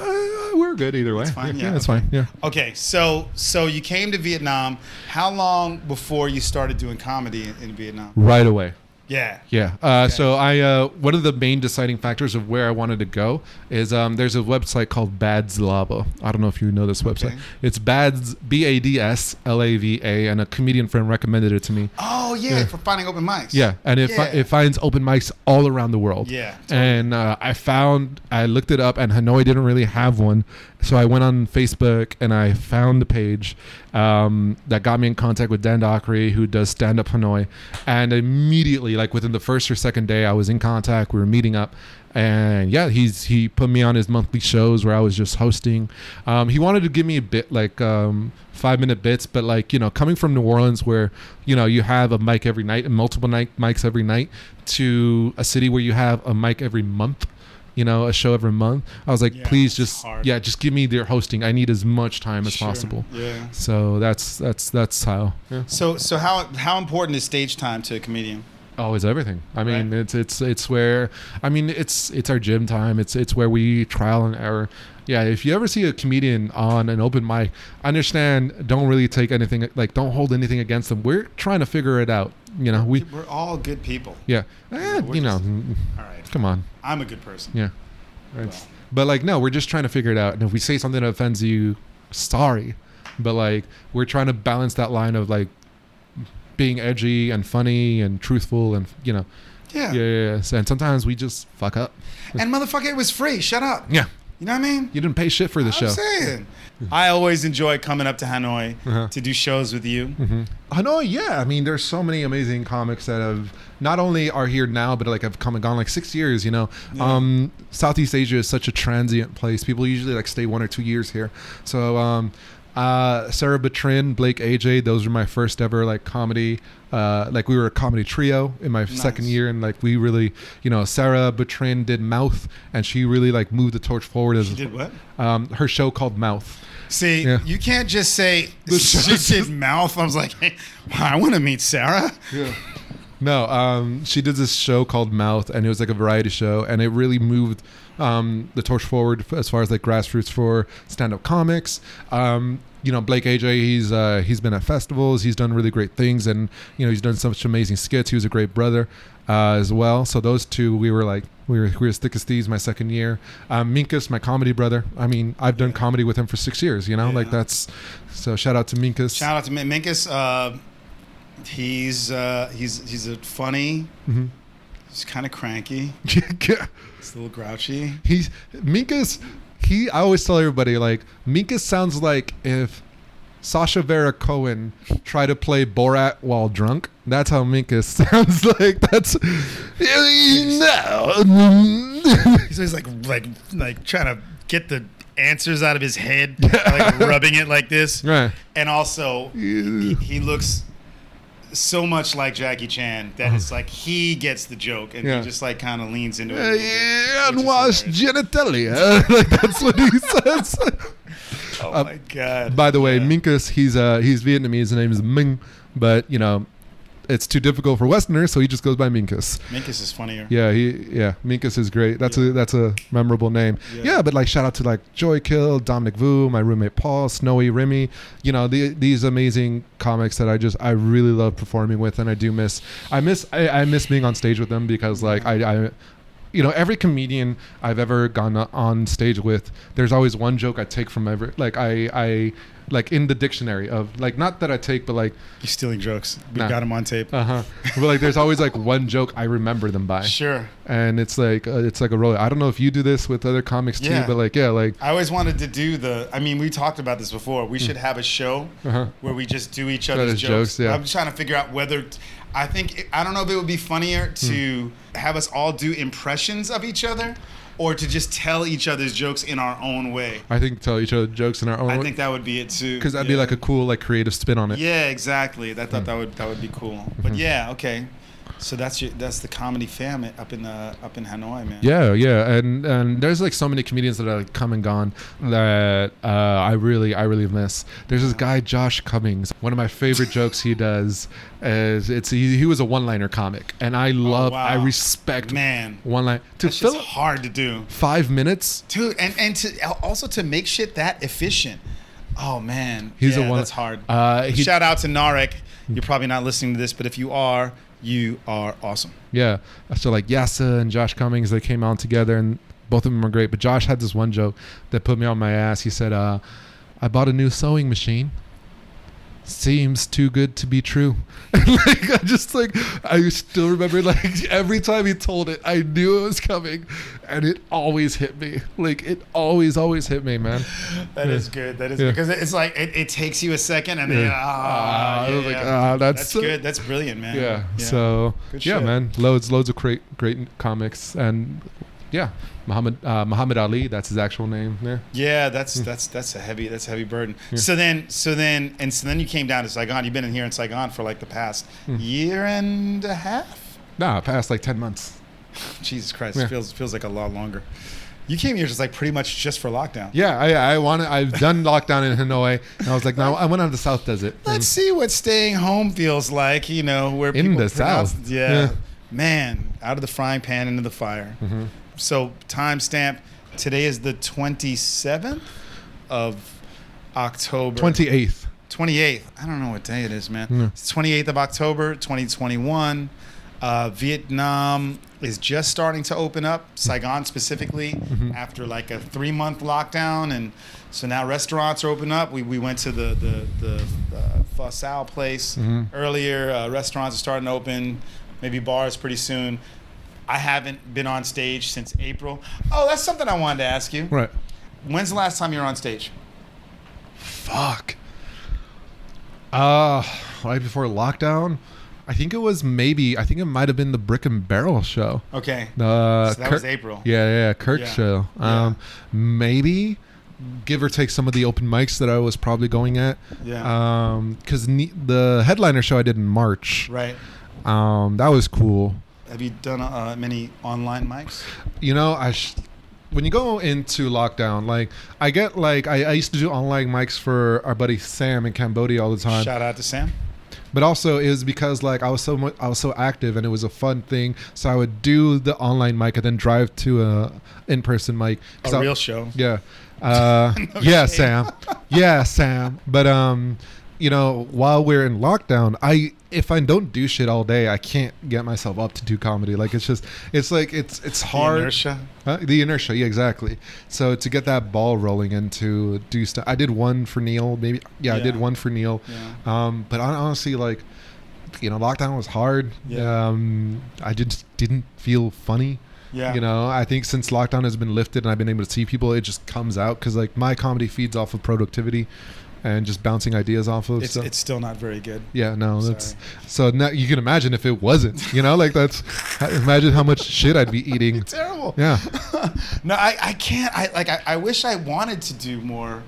[SPEAKER 1] we're good either way.
[SPEAKER 2] fine,
[SPEAKER 1] Yeah,
[SPEAKER 2] yeah,
[SPEAKER 1] that's
[SPEAKER 2] okay.
[SPEAKER 1] fine. Yeah.
[SPEAKER 2] Okay, so so you came to Vietnam. How long before you started doing comedy in, in Vietnam?
[SPEAKER 1] Right away.
[SPEAKER 2] Yeah.
[SPEAKER 1] Yeah. Uh, So I uh, one of the main deciding factors of where I wanted to go is um, there's a website called Bad's Lava. I don't know if you know this website.
[SPEAKER 2] Okay.
[SPEAKER 1] It's Bad's B A D S L A V A, and a comedian friend recommended it to me.
[SPEAKER 2] Oh yeah, for finding open mics.
[SPEAKER 1] Yeah, and it, fi-
[SPEAKER 2] Yeah.
[SPEAKER 1] it finds open mics all around the world.
[SPEAKER 2] Yeah,
[SPEAKER 1] and uh, I found I looked it up, and Hanoi didn't really have one, so I went on Facebook and I found the page um, that got me in contact with Dan Dockery, who does stand up Hanoi, and immediately, like within the first or second day, I was in contact. We were meeting up. And yeah, he's he put me on his monthly shows where I was just hosting. Um, he wanted to give me a bit like um, five minute bits, but like you know, coming from New Orleans, where you know you have a mic every night and multiple night mics every night, to a city where you have a mic every month, you know, a show every month. I was like,
[SPEAKER 2] Yeah,
[SPEAKER 1] please
[SPEAKER 2] that's
[SPEAKER 1] just
[SPEAKER 2] hard.
[SPEAKER 1] yeah, just give me their hosting. I need as much time as
[SPEAKER 2] Sure.
[SPEAKER 1] possible.
[SPEAKER 2] Yeah.
[SPEAKER 1] So that's that's that's how. Yeah.
[SPEAKER 2] So so how how important is stage time to a comedian?
[SPEAKER 1] Oh, it's everything. I mean,
[SPEAKER 2] Right.
[SPEAKER 1] it's it's it's where I mean, it's it's our gym time. It's it's where we trial and error. Yeah, if you ever see a comedian on an open mic, understand. Don't really take anything like don't hold anything against them. We're trying to figure it out. You know, we
[SPEAKER 2] We're all good people.
[SPEAKER 1] yeah, eh,
[SPEAKER 2] we're
[SPEAKER 1] you know,
[SPEAKER 2] just- All right.
[SPEAKER 1] come on,
[SPEAKER 2] I'm a good person.
[SPEAKER 1] yeah. It's- But like, no, we're just trying to figure it out. And if we say something that offends you, sorry. But like, we're trying to balance that line of like being edgy and funny and truthful and you know
[SPEAKER 2] Yeah.
[SPEAKER 1] yeah, yeah, yeah. So- And sometimes we just fuck up.
[SPEAKER 2] And motherfucker, it was free. Shut up.
[SPEAKER 1] Yeah.
[SPEAKER 2] You know what I mean?
[SPEAKER 1] You didn't pay shit for the show.
[SPEAKER 2] I'm saying. I always enjoy coming up to Hanoi
[SPEAKER 1] Uh-huh. Mm.
[SPEAKER 2] to do shows with you.
[SPEAKER 1] Mm-hmm. Hanoi, yeah. I mean, there's so many amazing comics that have not only are here now, but like have come and gone like six years, you know. Um, Southeast Asia is such a transient place. People usually like stay one or two years here. So, um, uh, Sarah Batrin, Blake AJ, those were my first ever like comedy. Uh, like we were a comedy trio in my second year, and like we really, you know, Sarah Batrin did Mouth, and she really like moved the torch forward as
[SPEAKER 2] You did what?
[SPEAKER 1] um, her show called Mouth.
[SPEAKER 2] See,
[SPEAKER 1] Yeah.
[SPEAKER 2] you can't just say
[SPEAKER 1] show's
[SPEAKER 2] shit mouth. I was like, I want to meet Sarah.
[SPEAKER 1] Yeah. No, um, she did this show called Mouth, and it was like a variety show, and it really moved um, the torch forward as far as like grassroots for stand-up comics. Um, you know, Blake AJ, he's uh, he's been at festivals, he's done really great things, and you know, he's done such amazing skits. He was a great brother uh, as well. So those two, we were like we were we were as thick as thieves my second year. Um, Minkus, my comedy brother. I mean, I've done comedy with him for six years. You know, like that's so. Shout out to Minkus.
[SPEAKER 2] Shout out to Min- Minkus. Uh, he's uh, he's he's a funny. He's kind of cranky. He's a little grouchy.
[SPEAKER 1] he's Minkus. He, I always tell everybody like Minkus sounds like if Sasha Vera Cohen tried to play Borat while drunk. That's how Minkus sounds like. That's
[SPEAKER 2] He's always like like like trying to get the answers out of his head, like rubbing it like this.
[SPEAKER 1] right.
[SPEAKER 2] And also, he, he looks so much like Jackie Chan that it's like he gets the joke and
[SPEAKER 1] Yeah.
[SPEAKER 2] he just like kind of leans into it. a little bit, which is
[SPEAKER 1] Unwashed
[SPEAKER 2] hilarious.
[SPEAKER 1] genitalia. like that's what he says.
[SPEAKER 2] Oh my god!
[SPEAKER 1] Uh, By the way,
[SPEAKER 2] Yeah.
[SPEAKER 1] Minkus, he's uh he's Vietnamese. His name is Ming, but you know, it's too difficult for Westerners, so he just goes by Minkus.
[SPEAKER 2] Minkus is funnier.
[SPEAKER 1] Yeah, he yeah, Minkus is great. That's a that's a memorable name. Yeah.
[SPEAKER 2] Yeah.
[SPEAKER 1] but like shout out to like Joy Kill, Dominic Vu, my roommate Paul, Snowy Remy, you know, the, these amazing comics that I just I really love performing with and I do miss I miss I, I miss being on stage with them because like I, I you know every comedian i've ever gone on stage with there's always one joke i take from every like i i like in the dictionary of like not that i take but like
[SPEAKER 2] You're stealing jokes. We
[SPEAKER 1] Nah.
[SPEAKER 2] got him on tape.
[SPEAKER 1] uh-huh but like there's always like one joke i remember them by
[SPEAKER 2] Sure.
[SPEAKER 1] and it's like uh, it's like a roller. I don't know if you do this with other comics too,
[SPEAKER 2] Yeah.
[SPEAKER 1] but like yeah, like
[SPEAKER 2] I always wanted to do the. I mean, we talked about this before. We should have a show
[SPEAKER 1] Hmm. Uh-huh.
[SPEAKER 2] where we just do each other's
[SPEAKER 1] Other's
[SPEAKER 2] jokes.
[SPEAKER 1] jokes, yeah.
[SPEAKER 2] I'm trying to figure out whether. t- I think it- I don't know if it would be funnier
[SPEAKER 1] Hmm.
[SPEAKER 2] to have us all do impressions of each other, or to just tell each other's jokes in our own way.
[SPEAKER 1] I think tell each other jokes in our
[SPEAKER 2] I
[SPEAKER 1] own
[SPEAKER 2] think that would be it too.
[SPEAKER 1] because that'd be
[SPEAKER 2] Yeah.
[SPEAKER 1] like a cool like creative spin on it.
[SPEAKER 2] Yeah, exactly. I
[SPEAKER 1] Hmm.
[SPEAKER 2] thought that would that would be cool. But yeah, okay. So that's your that's the comedy fam up in the up in Hanoi, man.
[SPEAKER 1] Yeah, yeah, and and there's like so many comedians that are like come and gone that uh, I really I really miss. There's this guy Josh Cummings. One of my favorite jokes he does is it's he, he was a one-liner comic, and I love
[SPEAKER 2] Oh, wow.
[SPEAKER 1] I respect
[SPEAKER 2] Man.
[SPEAKER 1] one line to
[SPEAKER 2] It's just
[SPEAKER 1] fill up
[SPEAKER 2] hard to do.
[SPEAKER 1] five minutes.
[SPEAKER 2] dude and and to also to make shit that efficient oh man
[SPEAKER 1] He's
[SPEAKER 2] yeah,
[SPEAKER 1] a one.
[SPEAKER 2] that's hard
[SPEAKER 1] Uh, he, Hmm.
[SPEAKER 2] shout out to narek you're probably not listening to this but if you are you are awesome
[SPEAKER 1] Yeah. So like Yasa and Josh Cummings, they came out together and both of them are great. But Josh had this one joke that put me on my ass. He said, uh, I bought a new sewing machine. Seems too good to be true. like I just like I still remember like every time he told it, I knew it was coming, and it always hit me. Like it always, always hit me, man.
[SPEAKER 2] That is good that is
[SPEAKER 1] Yeah.
[SPEAKER 2] because it's like it, it takes you a second and then
[SPEAKER 1] Yeah.
[SPEAKER 2] ah,
[SPEAKER 1] Ah, I
[SPEAKER 2] yeah,
[SPEAKER 1] was like,
[SPEAKER 2] yeah.
[SPEAKER 1] ah, that's-
[SPEAKER 2] that's, good that's brilliant man
[SPEAKER 1] Yeah. So
[SPEAKER 2] Good
[SPEAKER 1] yeah,
[SPEAKER 2] shit.
[SPEAKER 1] man, loads, loads of great, great comics, and yeah, Muhammad uh, Muhammad Ali. That's his actual name. Yeah.
[SPEAKER 2] yeah that's
[SPEAKER 1] Hmm.
[SPEAKER 2] that's that's a heavy that's a heavy burden so then so then and so then you came down to saigon you've been in here in saigon for like the past
[SPEAKER 1] Hmm.
[SPEAKER 2] year and a half
[SPEAKER 1] Nah, past like ten months.
[SPEAKER 2] jesus christ
[SPEAKER 1] Yeah.
[SPEAKER 2] feels feels like a lot longer you came here just like pretty much just for lockdown
[SPEAKER 1] Yeah, I I want to. I've done lockdown in Hanoi, and I was like, no, I went on the South Desert.
[SPEAKER 2] Let's see what staying home feels like. You know, where
[SPEAKER 1] In
[SPEAKER 2] people
[SPEAKER 1] the
[SPEAKER 2] pronounce-
[SPEAKER 1] South.
[SPEAKER 2] Yeah.
[SPEAKER 1] Yeah. Mm-hmm.
[SPEAKER 2] man, out of the frying pan into the fire. So timestamp. Today is the twenty seventh of October.
[SPEAKER 1] Twenty eighth.
[SPEAKER 2] 28th. I don't know what day it is, man. It's 28th of October, 2021. Uh, Vietnam is just starting to open up, Saigon specifically, after like a three month lockdown. And so now restaurants are open up. We, we went to the, the, the uh, Pho Sao place earlier. Uh, restaurants are starting to open, maybe bars pretty soon. I haven't been on stage since April. Oh, that's something I wanted to ask you.
[SPEAKER 1] Right.
[SPEAKER 2] When's the last time you were on stage?
[SPEAKER 1] Fuck. Uh right before lockdown, I think it was maybe. I think it might have been the Brick and Barrel show.
[SPEAKER 2] Okay.
[SPEAKER 1] Uh,
[SPEAKER 2] So that was April.
[SPEAKER 1] Yeah, yeah, yeah, Kirk
[SPEAKER 2] Yeah.
[SPEAKER 1] show. Um, maybe give or take some of the open mics that I was probably going at.
[SPEAKER 2] Yeah.
[SPEAKER 1] because ne- the headliner show I did in March.
[SPEAKER 2] Right.
[SPEAKER 1] Um, that was cool.
[SPEAKER 2] Have you done uh, many online mics?
[SPEAKER 1] you know i sh- when you go into lockdown like i get like I, I used to do online mics for our buddy sam in cambodia all the time
[SPEAKER 2] Shout out to Sam.
[SPEAKER 1] but also it was because like I was so mu- I was so active and it was a fun thing. So I would do the online mic and then drive to a in person mic. 'Cause
[SPEAKER 2] A
[SPEAKER 1] I-
[SPEAKER 2] real show.
[SPEAKER 1] yeah. Uh, yeah, Sam. Yeah, Sam. But um, you know, while we're in lockdown, I if I don't do shit all day, I can't get myself up to do comedy. Like it's just it's like it's it's hard.
[SPEAKER 2] inertia.
[SPEAKER 1] Huh? The inertia, yeah, exactly. So to get that ball rolling and to do stuff, I did one for Neil. Maybe yeah, I
[SPEAKER 2] Yeah.
[SPEAKER 1] did one for Neil.
[SPEAKER 2] Yeah.
[SPEAKER 1] Um, but hon- honestly, like you know, lockdown was hard.
[SPEAKER 2] Yeah.
[SPEAKER 1] Um, I just didn't feel funny.
[SPEAKER 2] Yeah.
[SPEAKER 1] You know, I think since lockdown has been lifted and I've been able to see people, it just comes out because like my comedy feeds off of productivity and just bouncing ideas off of.
[SPEAKER 2] It's,
[SPEAKER 1] so-
[SPEAKER 2] it's still not very good.
[SPEAKER 1] yeah, no, that's
[SPEAKER 2] Sorry.
[SPEAKER 1] so now you can imagine if it wasn't, you know, like that's imagine how much shit I'd be eating.
[SPEAKER 2] Terrible.
[SPEAKER 1] Yeah.
[SPEAKER 2] no, I, I can't. I like. I, I wish I wanted to do more.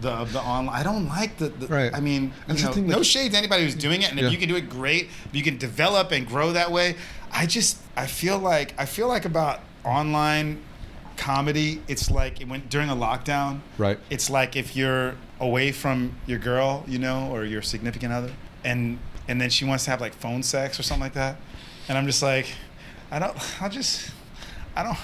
[SPEAKER 2] The, the online I don't like the, the
[SPEAKER 1] Mm-hmm. Right.
[SPEAKER 2] I mean
[SPEAKER 1] That's
[SPEAKER 2] you
[SPEAKER 1] the
[SPEAKER 2] know,
[SPEAKER 1] thing,
[SPEAKER 2] no
[SPEAKER 1] like-
[SPEAKER 2] shade to anybody who's doing it and
[SPEAKER 1] Yeah.
[SPEAKER 2] if you can do it great if you can develop and grow that way I just I feel like I feel like about online comedy it's like it went during a lockdown
[SPEAKER 1] Right.
[SPEAKER 2] it's like if you're away from your girl, you know, or your significant other, and and then she wants to have like phone sex or something like that, and I'm just like, I don't, I'll just, I don't.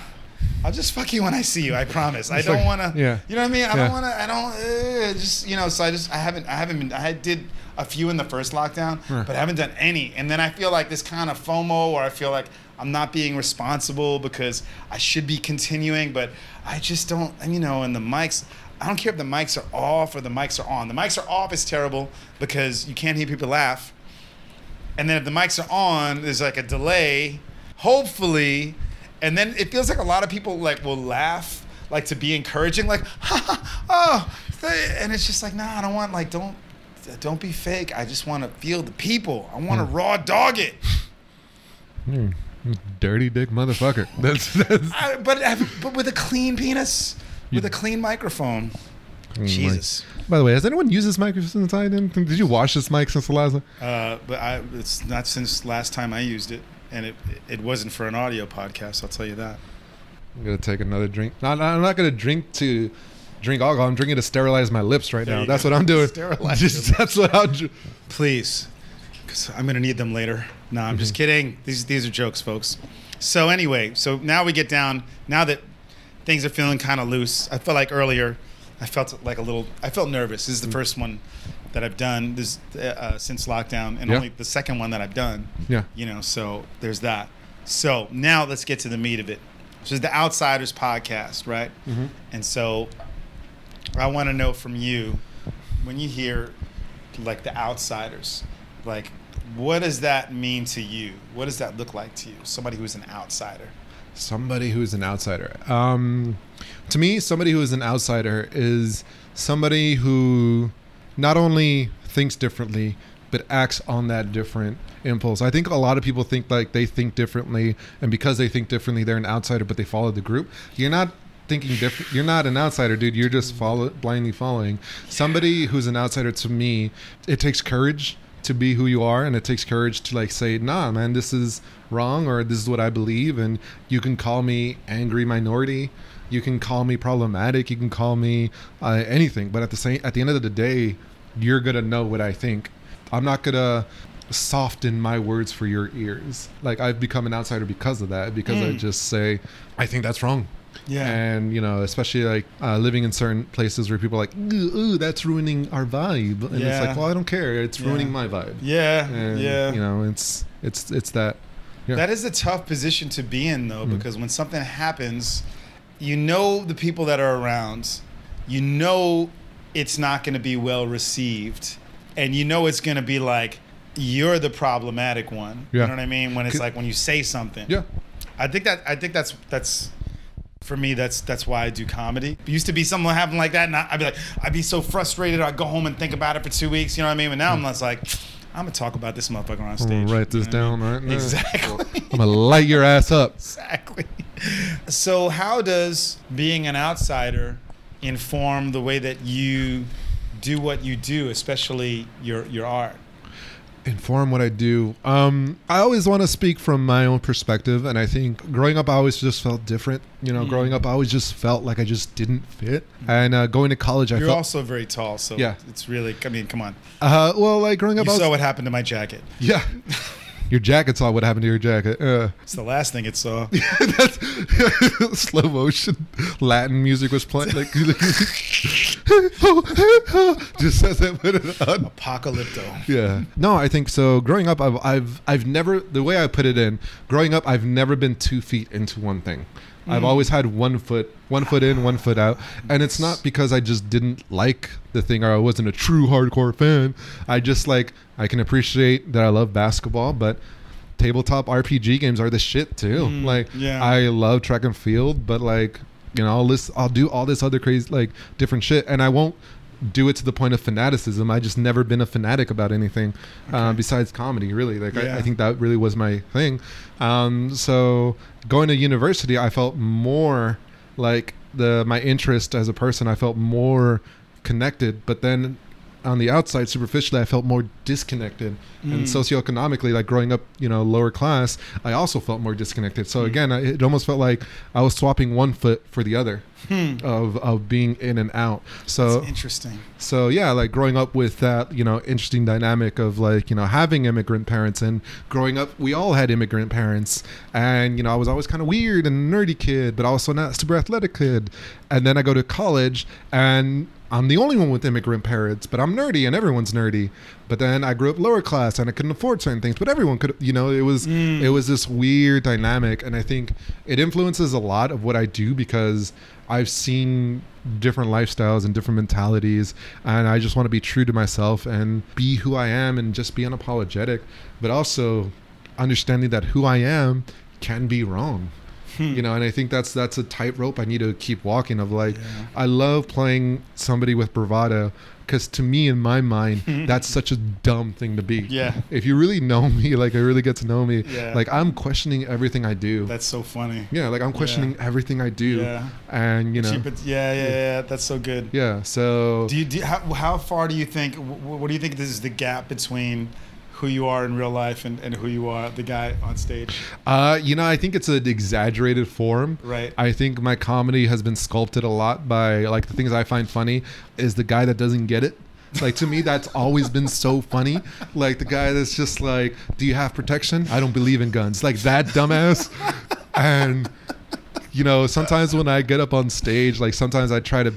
[SPEAKER 2] I'll just fuck you when I see you. I promise. I
[SPEAKER 1] It's
[SPEAKER 2] don't
[SPEAKER 1] like-
[SPEAKER 2] want to.
[SPEAKER 1] yeah.
[SPEAKER 2] You know what I mean? I
[SPEAKER 1] Yeah.
[SPEAKER 2] don't want to. I don't. Uh, just you know. So I just. I haven't. I haven't been. I had- did a few in the first lockdown,
[SPEAKER 1] Right.
[SPEAKER 2] but I haven't done any. And then I feel like this kind of FOMO, or I feel like I'm not being responsible because I should be continuing, but I just don't. And you know, and the mics. I don't care if the mics are off or the mics are on. The mics are off is terrible because you can't hear people laugh. And then if the mics are on, there's like a delay, hopefully. And then it feels like a lot of people like will laugh, like to be encouraging, like, oh, th-" and it's just like, nah, I don't want like don't don't be fake. I just want to feel the people. I want to raw dog it.
[SPEAKER 1] Dirty dick motherfucker. That's, that's
[SPEAKER 2] I, but but with a clean penis, with a clean microphone. Jesus.
[SPEAKER 1] By the way, has anyone used this mic since I didn't? Did you wash this mic since the last? one?
[SPEAKER 2] Uh, but I, it's not since last time I used it, and it it wasn't for an audio podcast. I'll tell you that.
[SPEAKER 1] I'm gonna take another drink. No, no, I'm not gonna drink to drink alcohol. I'm drinking to sterilize my lips right
[SPEAKER 2] There
[SPEAKER 1] now.
[SPEAKER 2] you
[SPEAKER 1] That's
[SPEAKER 2] go.
[SPEAKER 1] what I'm doing.
[SPEAKER 2] Sterilize your
[SPEAKER 1] Just, that's what I'll. dr-
[SPEAKER 2] please because i'm gonna need them later no i'm just kidding these, these are jokes folks so anyway so now we get down now that things are feeling kind of loose i felt like earlier i felt like a little i felt nervous this is the first one that i've done this uh, uh, since lockdown and
[SPEAKER 1] Yeah.
[SPEAKER 2] only the second one that i've done
[SPEAKER 1] Yeah.
[SPEAKER 2] you know so there's that so now let's get to the meat of it this is the outsiders podcast right and so I want to know from you when you hear like the outsiders, like what does that mean to you? What does that look like to you? Somebody who's an outsider.
[SPEAKER 1] Somebody who's an outsider. Um, to me, somebody who is an outsider is somebody who not only thinks differently but acts on that different impulse. I think a lot of people think like they think differently, and because they think differently, they're an outsider, but they follow the group. You're not thinking different. You're not an outsider, dude. You're just follow blindly following. Somebody who's an outsider to me, it takes courage to be who you are and it takes courage to like say nah man this is wrong or this is what i believe and you can call me angry minority you can call me problematic you can call me uh, anything but at the same at the end of the day you're gonna know what i think i'm not gonna soften my words for your ears like i've become an outsider because of that because i just say i think that's wrong
[SPEAKER 2] Yeah.
[SPEAKER 1] and you know especially like uh, living in certain places where people are like ooh, ooh that's ruining our vibe and it's
[SPEAKER 2] Yeah.
[SPEAKER 1] like well i don't care it's ruining
[SPEAKER 2] Yeah.
[SPEAKER 1] my vibe
[SPEAKER 2] Yeah,
[SPEAKER 1] and,
[SPEAKER 2] yeah.
[SPEAKER 1] you know it's it's it's that yeah. Mm.
[SPEAKER 2] That is a tough position to be in though, because when something happens, you know the people that are around, you know it's not going to be well received, and you know it's going to be like you're the problematic one.
[SPEAKER 1] Yeah.
[SPEAKER 2] You know what I mean? When it's like when you say something.
[SPEAKER 1] yeah
[SPEAKER 2] I think that I think that's that's for me that's that's why I do comedy. It used to be something happened like that, and I, I'd be like, I'd be so frustrated. I'd go home and think about it for two weeks. You know what I mean? But now I'm just like, I'm gonna talk about this motherfucker on
[SPEAKER 1] I'm
[SPEAKER 2] stage.
[SPEAKER 1] gonna write
[SPEAKER 2] You
[SPEAKER 1] this
[SPEAKER 2] know what I
[SPEAKER 1] down Mm. right
[SPEAKER 2] mean?
[SPEAKER 1] now
[SPEAKER 2] Exactly.
[SPEAKER 1] i'm gonna light your ass up
[SPEAKER 2] exactly. So how does being an outsider inform the way that you do what you do, especially your your art?
[SPEAKER 1] inform what I do. Um, I always want to speak from my own perspective, and I think growing up, I always just felt different. You know,
[SPEAKER 2] Mm.
[SPEAKER 1] growing up, I always just felt like I just didn't fit. And uh, going to college, I
[SPEAKER 2] You're
[SPEAKER 1] felt
[SPEAKER 2] also very tall, so
[SPEAKER 1] Yeah.
[SPEAKER 2] it's really. I mean, come on.
[SPEAKER 1] uh, well, like growing up,
[SPEAKER 2] You
[SPEAKER 1] I was,
[SPEAKER 2] saw what happened to my jacket.
[SPEAKER 1] yeah. Your jacket saw what happened to your jacket. Uh,
[SPEAKER 2] It's the last thing it saw.
[SPEAKER 1] that's slow motion Latin music was playing. Like, just as I put it on.
[SPEAKER 2] Apocalypto.
[SPEAKER 1] yeah. No, I think so. Growing up, I've, I've, I've never the way I put it in. Growing up, I've never been two feet into one thing. I've always had one foot, one foot in, one foot out, and it's not because I just didn't like the thing or I wasn't a true hardcore fan. I just like I can appreciate that I love basketball, but tabletop RPG games are the shit too. like
[SPEAKER 2] yeah.
[SPEAKER 1] I love track and field, but like you know, I'll list, I'll do all this other crazy like different shit, and I won't do it to the point of fanaticism. I just never been a fanatic about anything uh, besides comedy, really. Like I,
[SPEAKER 2] Yeah.
[SPEAKER 1] I think that really was my thing. Um, so going to university, I felt more like the my interest as a person. I felt more connected, but then on the outside, superficially, I felt more disconnected. And socioeconomically, like growing up, you know, lower class, I also felt more disconnected. So again, I, it almost felt like I was swapping one foot for the other of of being in and out. So
[SPEAKER 2] Hmm. Interesting.
[SPEAKER 1] so yeah, like growing up with that, you know, interesting dynamic of like, you know, having immigrant parents and growing up, we all had immigrant parents. And, you know, I was always kind of weird and nerdy kid, but also not super athletic kid. And then I go to college and I'm the only one with immigrant parents, but I'm nerdy and everyone's nerdy. But then I grew up lower class and I couldn't afford certain things, but everyone could, you know, it was it was this weird dynamic and I think it influences a lot of what I do because I've seen different lifestyles and different mentalities and I just want to be true to myself and be who I am and just be unapologetic but also understanding that who I am can be wrong
[SPEAKER 2] Hmm.
[SPEAKER 1] you know and I think that's that's a tightrope I need to keep walking of like I love playing somebody with bravado because to me in my mind that's such a dumb thing to be
[SPEAKER 2] Yeah.
[SPEAKER 1] if you really know me like I really get to know me
[SPEAKER 2] Yeah.
[SPEAKER 1] like I'm questioning everything I do
[SPEAKER 2] That's so funny.
[SPEAKER 1] yeah like I'm questioning everything I do
[SPEAKER 2] Yeah.
[SPEAKER 1] and you know
[SPEAKER 2] Cheap, but- yeah, yeah, yeah. That's so good.
[SPEAKER 1] yeah, so
[SPEAKER 2] Do you, do you- how, how far do you think? wh- What do you think this is the gap between who you are in real life and, and who you are the guy on stage?
[SPEAKER 1] uh, you know, I think it's an exaggerated form.
[SPEAKER 2] Right.
[SPEAKER 1] I think my comedy has been sculpted a lot by like the things I find funny is the guy that doesn't get it. Like to me, that's always been so funny. Like the guy that's just like, "Do you have protection? I don't believe in guns." Like that dumbass, and you know, sometimes when I get up on stage, like sometimes I try to,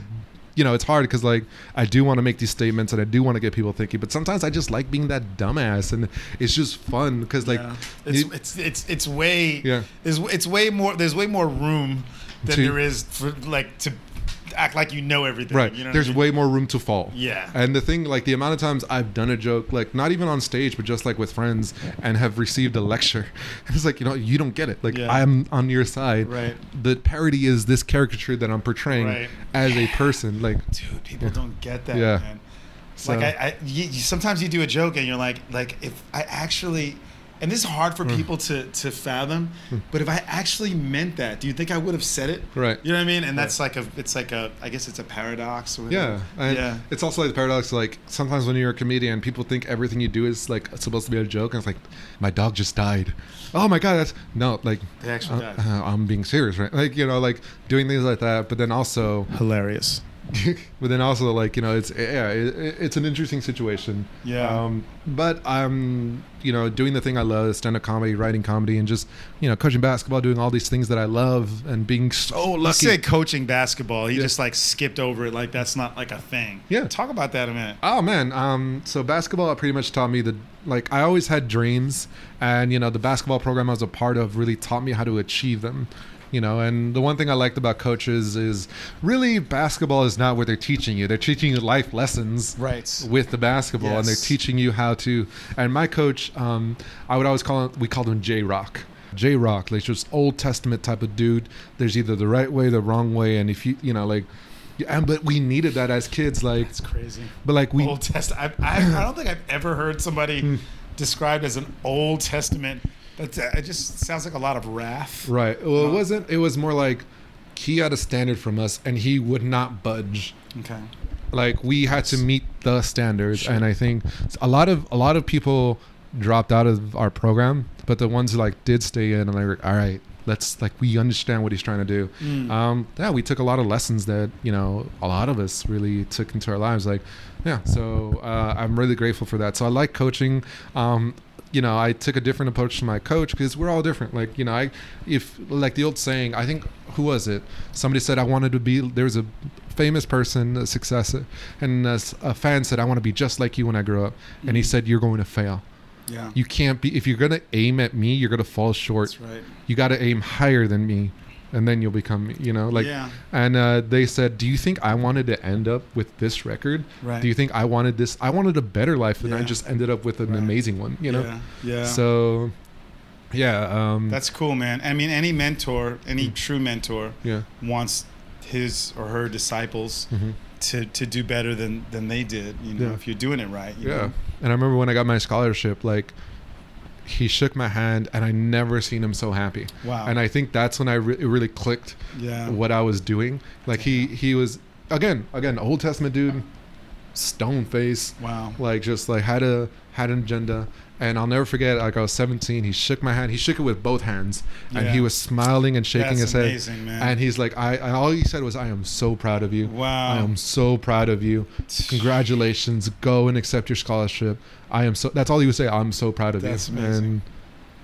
[SPEAKER 1] you know, it's hard because like I do want to make these statements and I do want to get people thinking, but sometimes I just like being that dumbass and it's just fun because like,
[SPEAKER 2] Yeah. it's,
[SPEAKER 1] you-
[SPEAKER 2] it's it's it's way
[SPEAKER 1] Yeah.
[SPEAKER 2] there's it's way more there's way more room than
[SPEAKER 1] To-
[SPEAKER 2] there is for like to act like you know everything.
[SPEAKER 1] right,
[SPEAKER 2] You know what I
[SPEAKER 1] there's
[SPEAKER 2] mean?
[SPEAKER 1] way more room to fall.
[SPEAKER 2] Yeah.
[SPEAKER 1] And the thing, like the amount of times I've done a joke, like not even on stage, but just like with friends, and have received a lecture, it's like you know you don't get it. Like
[SPEAKER 2] Yeah.
[SPEAKER 1] I'm on your side.
[SPEAKER 2] Right.
[SPEAKER 1] The parody is this caricature that I'm portraying
[SPEAKER 2] Right.
[SPEAKER 1] as a person. Like
[SPEAKER 2] dude people don't get that
[SPEAKER 1] Yeah.
[SPEAKER 2] man
[SPEAKER 1] So-
[SPEAKER 2] like I, I you, you- sometimes you do a joke and you're like like if i actually and this is hard
[SPEAKER 1] Hmm.
[SPEAKER 2] for people to to fathom but if i actually meant that do you think i would have said it
[SPEAKER 1] Right.
[SPEAKER 2] you know what i mean and that's like a it's like a i guess it's a paradox or
[SPEAKER 1] Yeah,
[SPEAKER 2] whatever.
[SPEAKER 1] and
[SPEAKER 2] yeah
[SPEAKER 1] It's also like the paradox. Like sometimes when you're a comedian, people think everything you do is like supposed to be a joke, and it's like, my dog just died. Oh my god, that's no like.
[SPEAKER 2] They actually
[SPEAKER 1] uh,
[SPEAKER 2] died.
[SPEAKER 1] uh, I'm being serious, right? Like you know, like doing things like that. But then also,
[SPEAKER 2] hilarious
[SPEAKER 1] but then also like you know, it's eh, yeah, it, it- it's an interesting situation.
[SPEAKER 2] Yeah.
[SPEAKER 1] Um, but I'm you know doing the thing I love, stand-up comedy, writing comedy, and just you know coaching basketball, doing all these things that I love, and being so
[SPEAKER 2] you
[SPEAKER 1] lucky.
[SPEAKER 2] said Oh, coaching basketball he
[SPEAKER 1] Yeah.
[SPEAKER 2] just like skipped over it like that's not like a thing
[SPEAKER 1] Yeah.
[SPEAKER 2] talk about that a minute
[SPEAKER 1] Oh man, um, so basketball pretty much taught me that like I always had dreams, and you know the basketball program I was a part of really taught me how to achieve them. You know, and the one thing I liked about coaches is really basketball is not what they're teaching you. They're teaching you life lessons
[SPEAKER 2] right
[SPEAKER 1] with the basketball, and they're
[SPEAKER 2] Yes.
[SPEAKER 1] teaching you how to. And my coach, um, I would always call him. We called him J Rock. J Rock, like just Old Testament type of dude. There's either the right way, the wrong way, and if you, you know, like, and but we needed that as kids, like,
[SPEAKER 2] it's crazy
[SPEAKER 1] but like we Hmm.
[SPEAKER 2] Old Testament. I, I, I don't think I've ever heard somebody described as an Old Testament. That's, uh, it just sounds like a lot of wrath.
[SPEAKER 1] Right. Well,
[SPEAKER 2] Uh,
[SPEAKER 1] it wasn't. It was more like he had a standard from us, and he would not budge.
[SPEAKER 2] Okay.
[SPEAKER 1] Like we had to meet the standards, and I think a lot of a lot of people dropped out of our program, but the ones who like did stay in, I'm like, all right, let's like we understand what he's trying to do. Um, yeah, we took a lot of lessons that you know a lot of us really took into our lives. Like, yeah, so uh, I'm really grateful for that. So I like coaching. Um, you know, I took a different approach to my coach because we're all different. Like, you know, I if like the old saying, I think who was it? Somebody said I wanted to be. There was a famous person, a success, and a, s- a fan said I want to be just like you when I grow up, and
[SPEAKER 2] Mm-hmm.
[SPEAKER 1] he said you're going to fail.
[SPEAKER 2] Yeah.
[SPEAKER 1] You can't be if you're gonna aim at me, you're gonna fall short
[SPEAKER 2] That's right.
[SPEAKER 1] you got to aim higher than me and then you'll become me, you know like
[SPEAKER 2] Yeah.
[SPEAKER 1] and uh, they said do you think i wanted to end up with this record
[SPEAKER 2] Right.
[SPEAKER 1] do you think i wanted this i wanted a better life and i
[SPEAKER 2] Yeah.
[SPEAKER 1] just ended up with an
[SPEAKER 2] Right.
[SPEAKER 1] amazing one you know
[SPEAKER 2] Yeah. Yeah.
[SPEAKER 1] so yeah um Hmm.
[SPEAKER 2] That's cool, man. I mean, any mentor, any true mentor,
[SPEAKER 1] yeah
[SPEAKER 2] wants his or her disciples
[SPEAKER 1] Mhm.
[SPEAKER 2] to, to do better than, than they did. You know,
[SPEAKER 1] Yeah.
[SPEAKER 2] if you're doing it right. you
[SPEAKER 1] yeah
[SPEAKER 2] know?
[SPEAKER 1] and i remember when i got my scholarship like he shook my hand and i never seen him so happy
[SPEAKER 2] Wow.
[SPEAKER 1] and i think that's when i re- it really clicked
[SPEAKER 2] yeah.
[SPEAKER 1] what I was doing. Like he he was again again Old Testament dude, stone face,
[SPEAKER 2] Wow.
[SPEAKER 1] like just like had a had an agenda. And I'll never forget. Like I was 17, he shook my hand. He shook it with both hands, and he
[SPEAKER 2] Yeah.
[SPEAKER 1] was smiling and shaking
[SPEAKER 2] That's
[SPEAKER 1] his
[SPEAKER 2] amazing,
[SPEAKER 1] head.
[SPEAKER 2] man.
[SPEAKER 1] And he's like, I, I all he said was, I am so proud of you.
[SPEAKER 2] Wow.
[SPEAKER 1] I am so proud of you. Congratulations. Go and accept your scholarship. I am so. That's all he would say. I'm so proud of
[SPEAKER 2] That's
[SPEAKER 1] you.
[SPEAKER 2] amazing.
[SPEAKER 1] And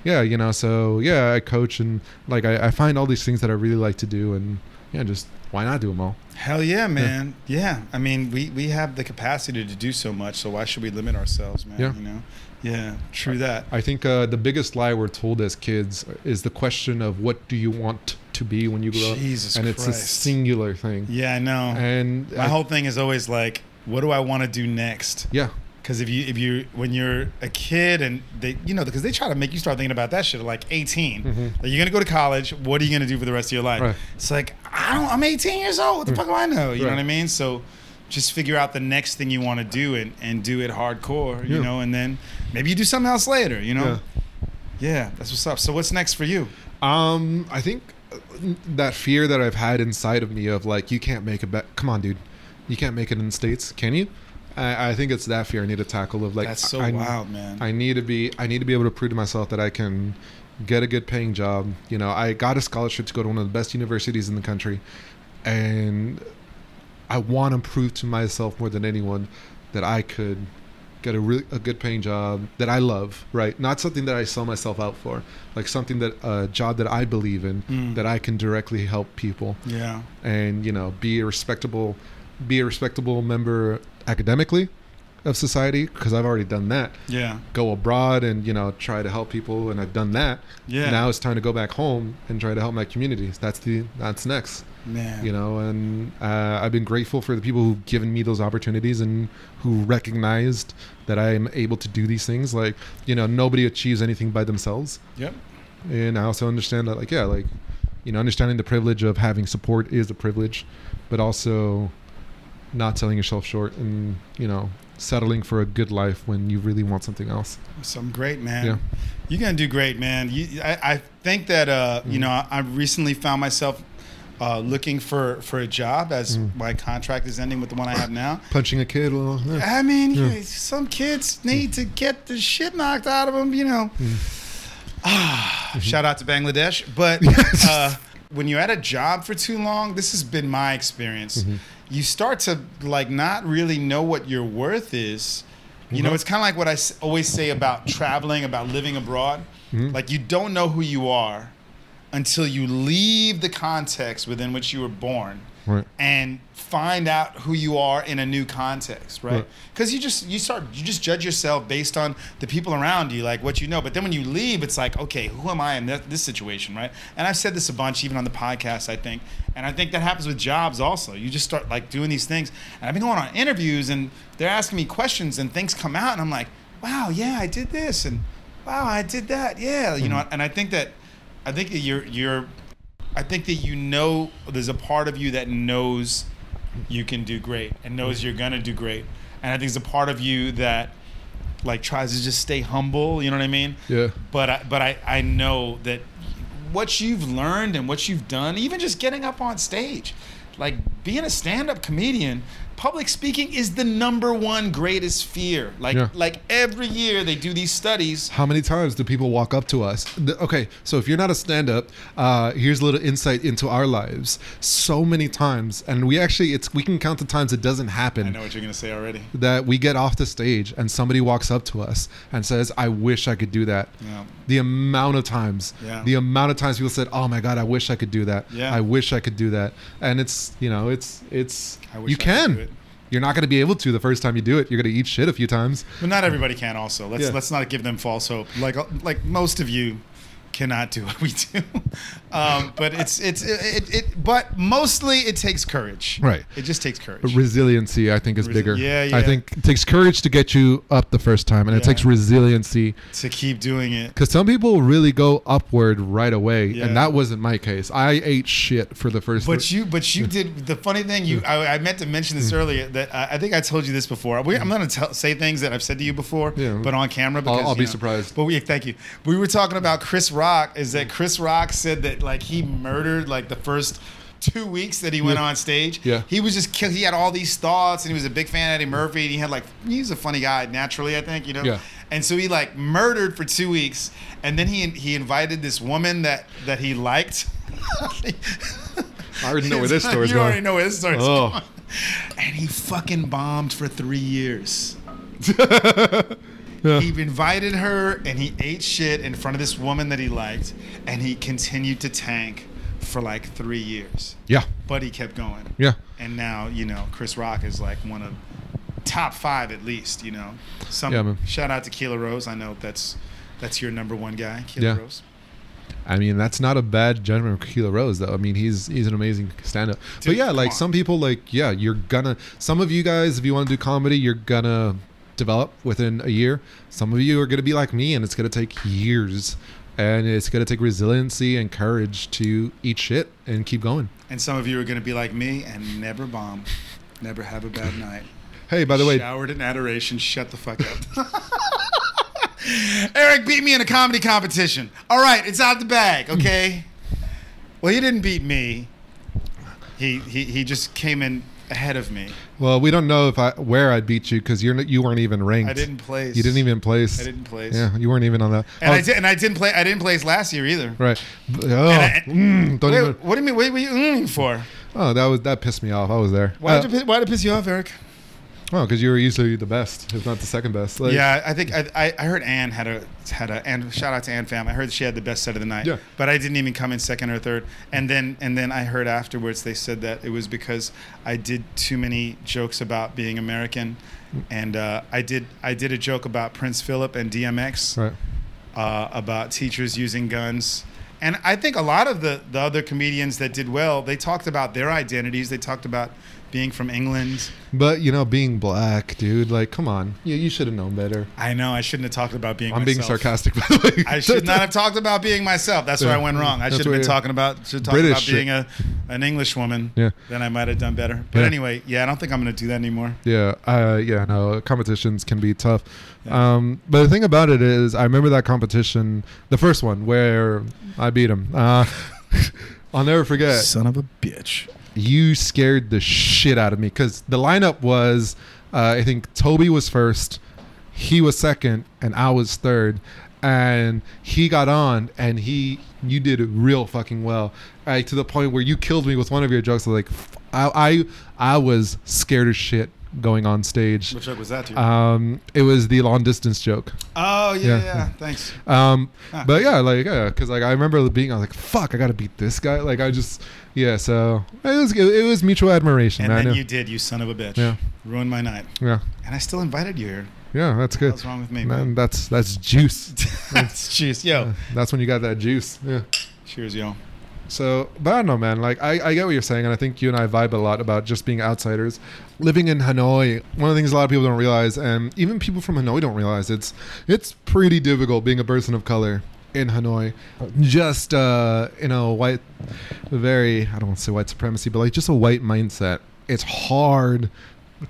[SPEAKER 1] yeah, you know. So yeah, I coach and like I, I find all these things that I really like to do, and yeah, just why not do them all?
[SPEAKER 2] Hell yeah, man. Yeah. I mean, we, we have the capacity to do so much, so why should we limit ourselves, man?
[SPEAKER 1] Yeah.
[SPEAKER 2] You know? Yeah. True that.
[SPEAKER 1] I think uh, the biggest lie we're told as kids is the question of what do you want to be when you grow up,
[SPEAKER 2] Jesus
[SPEAKER 1] and it's a
[SPEAKER 2] Christ.
[SPEAKER 1] singular thing.
[SPEAKER 2] Yeah, I know.
[SPEAKER 1] And
[SPEAKER 2] My
[SPEAKER 1] I-
[SPEAKER 2] whole thing is always like, what do I want to do next?
[SPEAKER 1] yeah,
[SPEAKER 2] Because if you if you when you're a kid and they you know because they try to make you start thinking about that shit at like 18
[SPEAKER 1] Mhm.
[SPEAKER 2] Like, you're gonna go to college what are you gonna do for the rest of your life
[SPEAKER 1] Right. Mm.
[SPEAKER 2] it's like I don't I'm 18 years old what the fuck do I know you know
[SPEAKER 1] Right.
[SPEAKER 2] what I mean so just figure out the next thing you want to do and and do it hardcore you
[SPEAKER 1] Yeah.
[SPEAKER 2] know and then maybe you do something else later you know
[SPEAKER 1] Yeah.
[SPEAKER 2] yeah, that's what's up so what's next for you
[SPEAKER 1] Um, I think that fear that I've had inside of me of like, you can't make it back. Come on, dude, you can't make it in the states, can you? I, I think it's that fear I need to tackle of like,
[SPEAKER 2] that's so
[SPEAKER 1] I,
[SPEAKER 2] wild man
[SPEAKER 1] I need to be, I need to be able to prove to myself that I can get a good paying job. You know, I got a scholarship to go to one of the best universities in the country, and I want to prove to myself more than anyone that I could get a really a good paying job that I love, right? Not something that I sell myself out for, like something that a job that I believe in
[SPEAKER 2] Mm.
[SPEAKER 1] that I can directly help people
[SPEAKER 2] yeah
[SPEAKER 1] and you know be a respectable be a respectable member academically of society because I've already done that.
[SPEAKER 2] yeah
[SPEAKER 1] Go abroad and you know try to help people and I've done that.
[SPEAKER 2] yeah
[SPEAKER 1] Now it's time to go back home and try to help my communities. That's the that's next
[SPEAKER 2] man
[SPEAKER 1] you know and uh, i've been grateful for the people who've given me those opportunities and who recognized that i'm able to do these things like you know nobody achieves anything by themselves
[SPEAKER 2] yep
[SPEAKER 1] and i also understand that like yeah like you know understanding the privilege of having support is a privilege but also not selling yourself short and you know settling for a good life when you really want something else
[SPEAKER 2] Some great man.
[SPEAKER 1] Yeah.
[SPEAKER 2] You're gonna do great, man. You, I, I think that uh, you know I, I recently found myself uh, looking for for a job as my contract is ending with the one I have now.
[SPEAKER 1] punching a kid well yeah.
[SPEAKER 2] I mean,
[SPEAKER 1] Yeah.
[SPEAKER 2] you- some kids need to get the shit knocked out of them, you know. Ah,
[SPEAKER 1] Mm-hmm.
[SPEAKER 2] Shout out to Bangladesh. But uh, when you're at a job for too long, this has been my experience.
[SPEAKER 1] Mm-hmm.
[SPEAKER 2] You start to like not really know what your worth is. You
[SPEAKER 1] Uh-huh.
[SPEAKER 2] know, it's kind of like what I s- always say about traveling, about living abroad.
[SPEAKER 1] Mm-hmm.
[SPEAKER 2] Like you don't know who you are until you leave the context within which you were born
[SPEAKER 1] right
[SPEAKER 2] and find out who you are in a new context, right?
[SPEAKER 1] Right.
[SPEAKER 2] Because you just you start you just judge yourself based on the people around you, like what you know. But then when you leave, it's like, okay, who am I in this, this situation, right? And I've said this a bunch, even on the podcast, I think, and I think that happens with jobs also. You just start like doing these things, and I've been going on interviews, and they're asking me questions, and things come out, and I'm like, wow, yeah, I did this, and wow, I did that, yeah, you know. And I think that, I think that you're you're I think that you know there's a part of you that knows you can do great and knows you're gonna do great. And I think there's a part of you that like tries to just stay humble, you know what I mean?
[SPEAKER 1] yeah
[SPEAKER 2] But I but I, I know that what you've learned and what you've done, even just getting up on stage, like
[SPEAKER 3] being a stand-up comedian public speaking is the number one greatest fear like
[SPEAKER 1] Yeah.
[SPEAKER 3] like every year they do these studies
[SPEAKER 1] How many times do people walk up to us? Th- Okay, so if you're not a stand up, uh, here's a little insight into our lives. So many times, and we actually, it's we can count the times it doesn't
[SPEAKER 2] I
[SPEAKER 1] happen
[SPEAKER 2] know what you're gonna say already.
[SPEAKER 1] that we get off the stage and somebody walks up to us and says, I wish I could do that.
[SPEAKER 2] Yeah.
[SPEAKER 1] The amount of times,
[SPEAKER 2] Yeah.
[SPEAKER 1] the amount of times people said, Oh my God, I wish I could do that.
[SPEAKER 2] Yeah.
[SPEAKER 1] I wish I could do that. And it's, you know, it's, it's,
[SPEAKER 2] I wish
[SPEAKER 1] you
[SPEAKER 2] I could
[SPEAKER 1] can.
[SPEAKER 2] do it.
[SPEAKER 1] You're not going to be able to the first time you do it. You're going to eat shit a few times.
[SPEAKER 2] But not everybody can. Also, let's
[SPEAKER 1] Yeah.
[SPEAKER 2] let's not give them false hope. Like uh, like most of you cannot do what we do. Um, but it's it's it, it, it. But mostly it takes courage.
[SPEAKER 1] Right.
[SPEAKER 2] It just takes courage.
[SPEAKER 1] resiliency i think is
[SPEAKER 2] Resi-
[SPEAKER 1] bigger
[SPEAKER 2] yeah, yeah.
[SPEAKER 1] i think it takes courage to get you up the first time and it
[SPEAKER 2] Yeah.
[SPEAKER 1] takes resiliency
[SPEAKER 2] to keep doing it.
[SPEAKER 1] because some people really go upward right away
[SPEAKER 2] Yeah.
[SPEAKER 1] and that wasn't my case i ate shit for the Hmm. first
[SPEAKER 2] But you, but you did the funny thing. You, I, I meant to mention this earlier. That I, I think I told you this before. We, I'm going to tell, say things that I've said to you before,
[SPEAKER 1] Hmm. Yeah.
[SPEAKER 2] but on camera. Because,
[SPEAKER 1] I'll
[SPEAKER 2] you
[SPEAKER 1] be surprised. Hmm.
[SPEAKER 2] But we, thank you. We were talking about Chris Rock. Is that Chris Rock said that like he murdered like the first two weeks that he went
[SPEAKER 1] Yeah.
[SPEAKER 2] on stage.
[SPEAKER 1] Yeah. Hmm.
[SPEAKER 2] he was just killed. He had all these thoughts, and he was a big fan of Eddie Murphy. And he had like he's a funny guy naturally. I think you know.
[SPEAKER 1] Yeah.
[SPEAKER 2] And so he like murdered for two weeks, and then he he invited this woman that that he liked.
[SPEAKER 1] i already know where this
[SPEAKER 2] You
[SPEAKER 1] story's
[SPEAKER 2] already
[SPEAKER 1] going
[SPEAKER 2] know where this story's
[SPEAKER 1] Oh.
[SPEAKER 2] going. And he fucking bombed for three years.
[SPEAKER 1] Yeah.
[SPEAKER 2] He invited her and he ate shit in front of this woman that he liked, and he continued to tank for like three years.
[SPEAKER 1] yeah
[SPEAKER 2] But he kept going.
[SPEAKER 1] yeah
[SPEAKER 2] And now, you know, Chris Rock is like one of top five at least, you know. Some
[SPEAKER 1] Yeah, man.
[SPEAKER 2] shout out to Keela Rose. I know that's that's your number one guy, Keela
[SPEAKER 1] Yeah.
[SPEAKER 2] Rose.
[SPEAKER 1] i mean that's not a bad judgment of Keela rose though i mean he's he's an amazing stand-up but
[SPEAKER 2] Dude,
[SPEAKER 1] yeah
[SPEAKER 2] come
[SPEAKER 1] like
[SPEAKER 2] on.
[SPEAKER 1] some people like yeah you're gonna some of you guys if you want to do comedy you're gonna develop within a year some of you are gonna be like me and it's gonna take years and it's gonna take resiliency and courage to eat shit and keep going
[SPEAKER 2] And some of you are going to be like me and never bomb, never have a bad night.
[SPEAKER 1] hey by the way
[SPEAKER 2] showered in adoration. Shut the fuck up. Eric beat me in a comedy competition. All right, it's out the bag. Okay. well, he didn't beat me. He he he just came in ahead of me.
[SPEAKER 1] Well, we don't know if I where I beat you because you're n- you weren't even ranked.
[SPEAKER 2] I didn't place.
[SPEAKER 1] You didn't even place.
[SPEAKER 2] I didn't place.
[SPEAKER 1] Yeah, you weren't even on that.
[SPEAKER 2] And
[SPEAKER 1] Oh,
[SPEAKER 2] I did, and I didn't play. I didn't place last year either.
[SPEAKER 1] Right. B- Oh,
[SPEAKER 2] I-
[SPEAKER 1] mm, don't
[SPEAKER 2] Wait,
[SPEAKER 1] even,
[SPEAKER 2] what do you mean? What were you mm for?
[SPEAKER 1] oh, that was that pissed me off. I was there.
[SPEAKER 2] Why
[SPEAKER 1] Uh,
[SPEAKER 2] did you, pi- why did it piss you off, Eric?
[SPEAKER 1] oh, because you were usually the best, if not the second best. Like,
[SPEAKER 2] yeah, I think I, I- I heard Ann had a had a and shout out to Ann fam. I heard she had the best set of the night.
[SPEAKER 1] Yeah.
[SPEAKER 2] But I didn't even come in second or third. And then and then I heard afterwards they said that it was because I did too many jokes about being American, and uh, I did I did a joke about Prince Philip and DMX
[SPEAKER 1] Right.
[SPEAKER 2] uh, about teachers using guns. And I think a lot of the, the other comedians that did well, they talked about their identities. They talked about being from England.
[SPEAKER 1] But you know, being black, dude. Like, come on. You you should have known better.
[SPEAKER 2] I know I shouldn't have talked about being.
[SPEAKER 1] I'm being
[SPEAKER 2] myself.
[SPEAKER 1] sarcastic, by the way.
[SPEAKER 2] I should not have talked about being myself. That's where I went wrong. I
[SPEAKER 1] That's
[SPEAKER 2] should have been
[SPEAKER 1] where-
[SPEAKER 2] talking about should talk
[SPEAKER 1] British
[SPEAKER 2] about
[SPEAKER 1] shit.
[SPEAKER 2] being a an English woman.
[SPEAKER 1] Yeah.
[SPEAKER 2] Then I might have done better. But
[SPEAKER 1] Yeah.
[SPEAKER 2] anyway, yeah, I don't think I'm going to do that anymore.
[SPEAKER 1] Yeah, uh, yeah, no, competitions can be tough. Um, but the thing about it is, I remember that competition, the first one where I beat him. Uh, I'll never forget.
[SPEAKER 2] Son of a bitch.
[SPEAKER 1] You scared the shit out of me because the lineup was, uh, I think Toby was first, he was second, and I was third. And he got on, and he, you did real fucking well, like to the point where you killed me with one of your jokes. I was like, f- I, I, I was scared as shit going on stage.
[SPEAKER 2] What joke was that? To you?
[SPEAKER 1] Um, it was the long distance joke.
[SPEAKER 2] oh yeah, yeah,
[SPEAKER 1] yeah.
[SPEAKER 2] Thanks.
[SPEAKER 1] Um,
[SPEAKER 2] Huh.
[SPEAKER 1] but yeah, like yeah, because like I remember being, I was like, "Fuck, I gotta beat this guy." Like I just, yeah. So it was it was mutual admiration,
[SPEAKER 2] And
[SPEAKER 1] man.
[SPEAKER 2] then
[SPEAKER 1] yeah.
[SPEAKER 2] you did. You son of a bitch.
[SPEAKER 1] Yeah.
[SPEAKER 2] Ruined my night.
[SPEAKER 1] yeah,
[SPEAKER 2] And I still invited you here.
[SPEAKER 1] yeah, that's good.
[SPEAKER 2] What's wrong with me,
[SPEAKER 1] man? That's that's juice.
[SPEAKER 2] That's juice, yo.
[SPEAKER 1] that's when you got that juice. Yeah.
[SPEAKER 2] Cheers, yo.
[SPEAKER 1] So, but I don't know, man. Like, I, I get what you're saying, and I think you and I vibe a lot about just being outsiders. Living in Hanoi, one of the things a lot of people don't realize, and even people from Hanoi don't realize, it's it's pretty difficult being a person of color in Hanoi. Just uh, you know, white, very I don't want to say white supremacy, but like just a white mindset. It's hard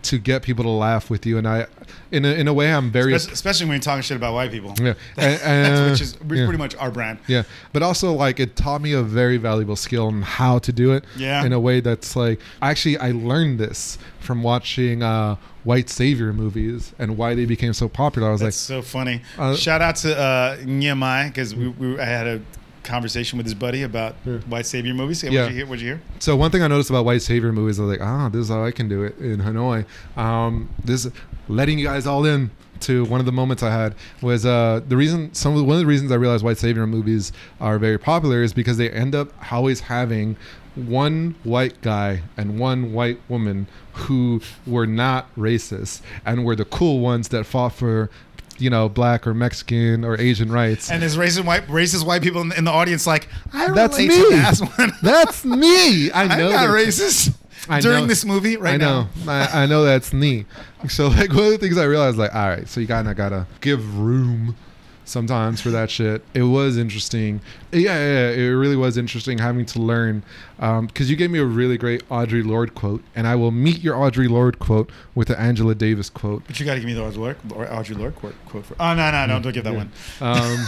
[SPEAKER 1] to get people to laugh with you. And I, in a, in a way, I'm very.
[SPEAKER 2] Especially- Especially when you're talking shit about white people.
[SPEAKER 1] Yeah.
[SPEAKER 2] That's,
[SPEAKER 1] And- and-
[SPEAKER 2] which is
[SPEAKER 1] yeah.
[SPEAKER 2] pretty much our brand.
[SPEAKER 1] Yeah, but also like it taught me a very valuable skill on how to do it.
[SPEAKER 2] Yeah.
[SPEAKER 1] in a way that's like actually I learned this from watching uh, white savior movies and why they became so popular. I was
[SPEAKER 2] That's so funny.
[SPEAKER 1] Uh,
[SPEAKER 2] Shout out to uh, Nyamai because we, we I had a conversation with his buddy about white savior movies. Yeah,
[SPEAKER 1] Yeah.
[SPEAKER 2] What'd you hear? What'd you hear?
[SPEAKER 1] like, so one thing I noticed about white savior movies, I was like, ah, this is how I can do it in Hanoi. Um, this letting you guys all in to one of the moments I had was uh, the reason some of the, one of the reasons I realized white savior movies are very popular is because they end up always having one white guy and one white woman who were not racist and were the cool ones that fought for you know black or mexican or asian rights
[SPEAKER 2] And there's racist white racist white people in, in the audience like I
[SPEAKER 1] That's
[SPEAKER 2] relate
[SPEAKER 1] me.
[SPEAKER 2] to that one.
[SPEAKER 1] that's me i
[SPEAKER 2] I'm
[SPEAKER 1] know
[SPEAKER 2] not
[SPEAKER 1] that.
[SPEAKER 2] racist.
[SPEAKER 1] I
[SPEAKER 2] During
[SPEAKER 1] know-
[SPEAKER 2] this movie, right
[SPEAKER 1] I
[SPEAKER 2] now,
[SPEAKER 1] know. I, I know that's neat. So like one of the things I realized, like, all right, so you kinda gotta give room sometimes for that shit. It was interesting. Yeah, yeah, yeah, it really was interesting having to learn. Um, because you gave me a really great Audrey Lorde quote, and I will meet your Audrey Lorde quote with the Angela Davis quote.
[SPEAKER 2] but you got to give me the Audre Lorde, Audre Lorde quote, quote for. Oh no, no, no! Don't give that one.
[SPEAKER 1] Um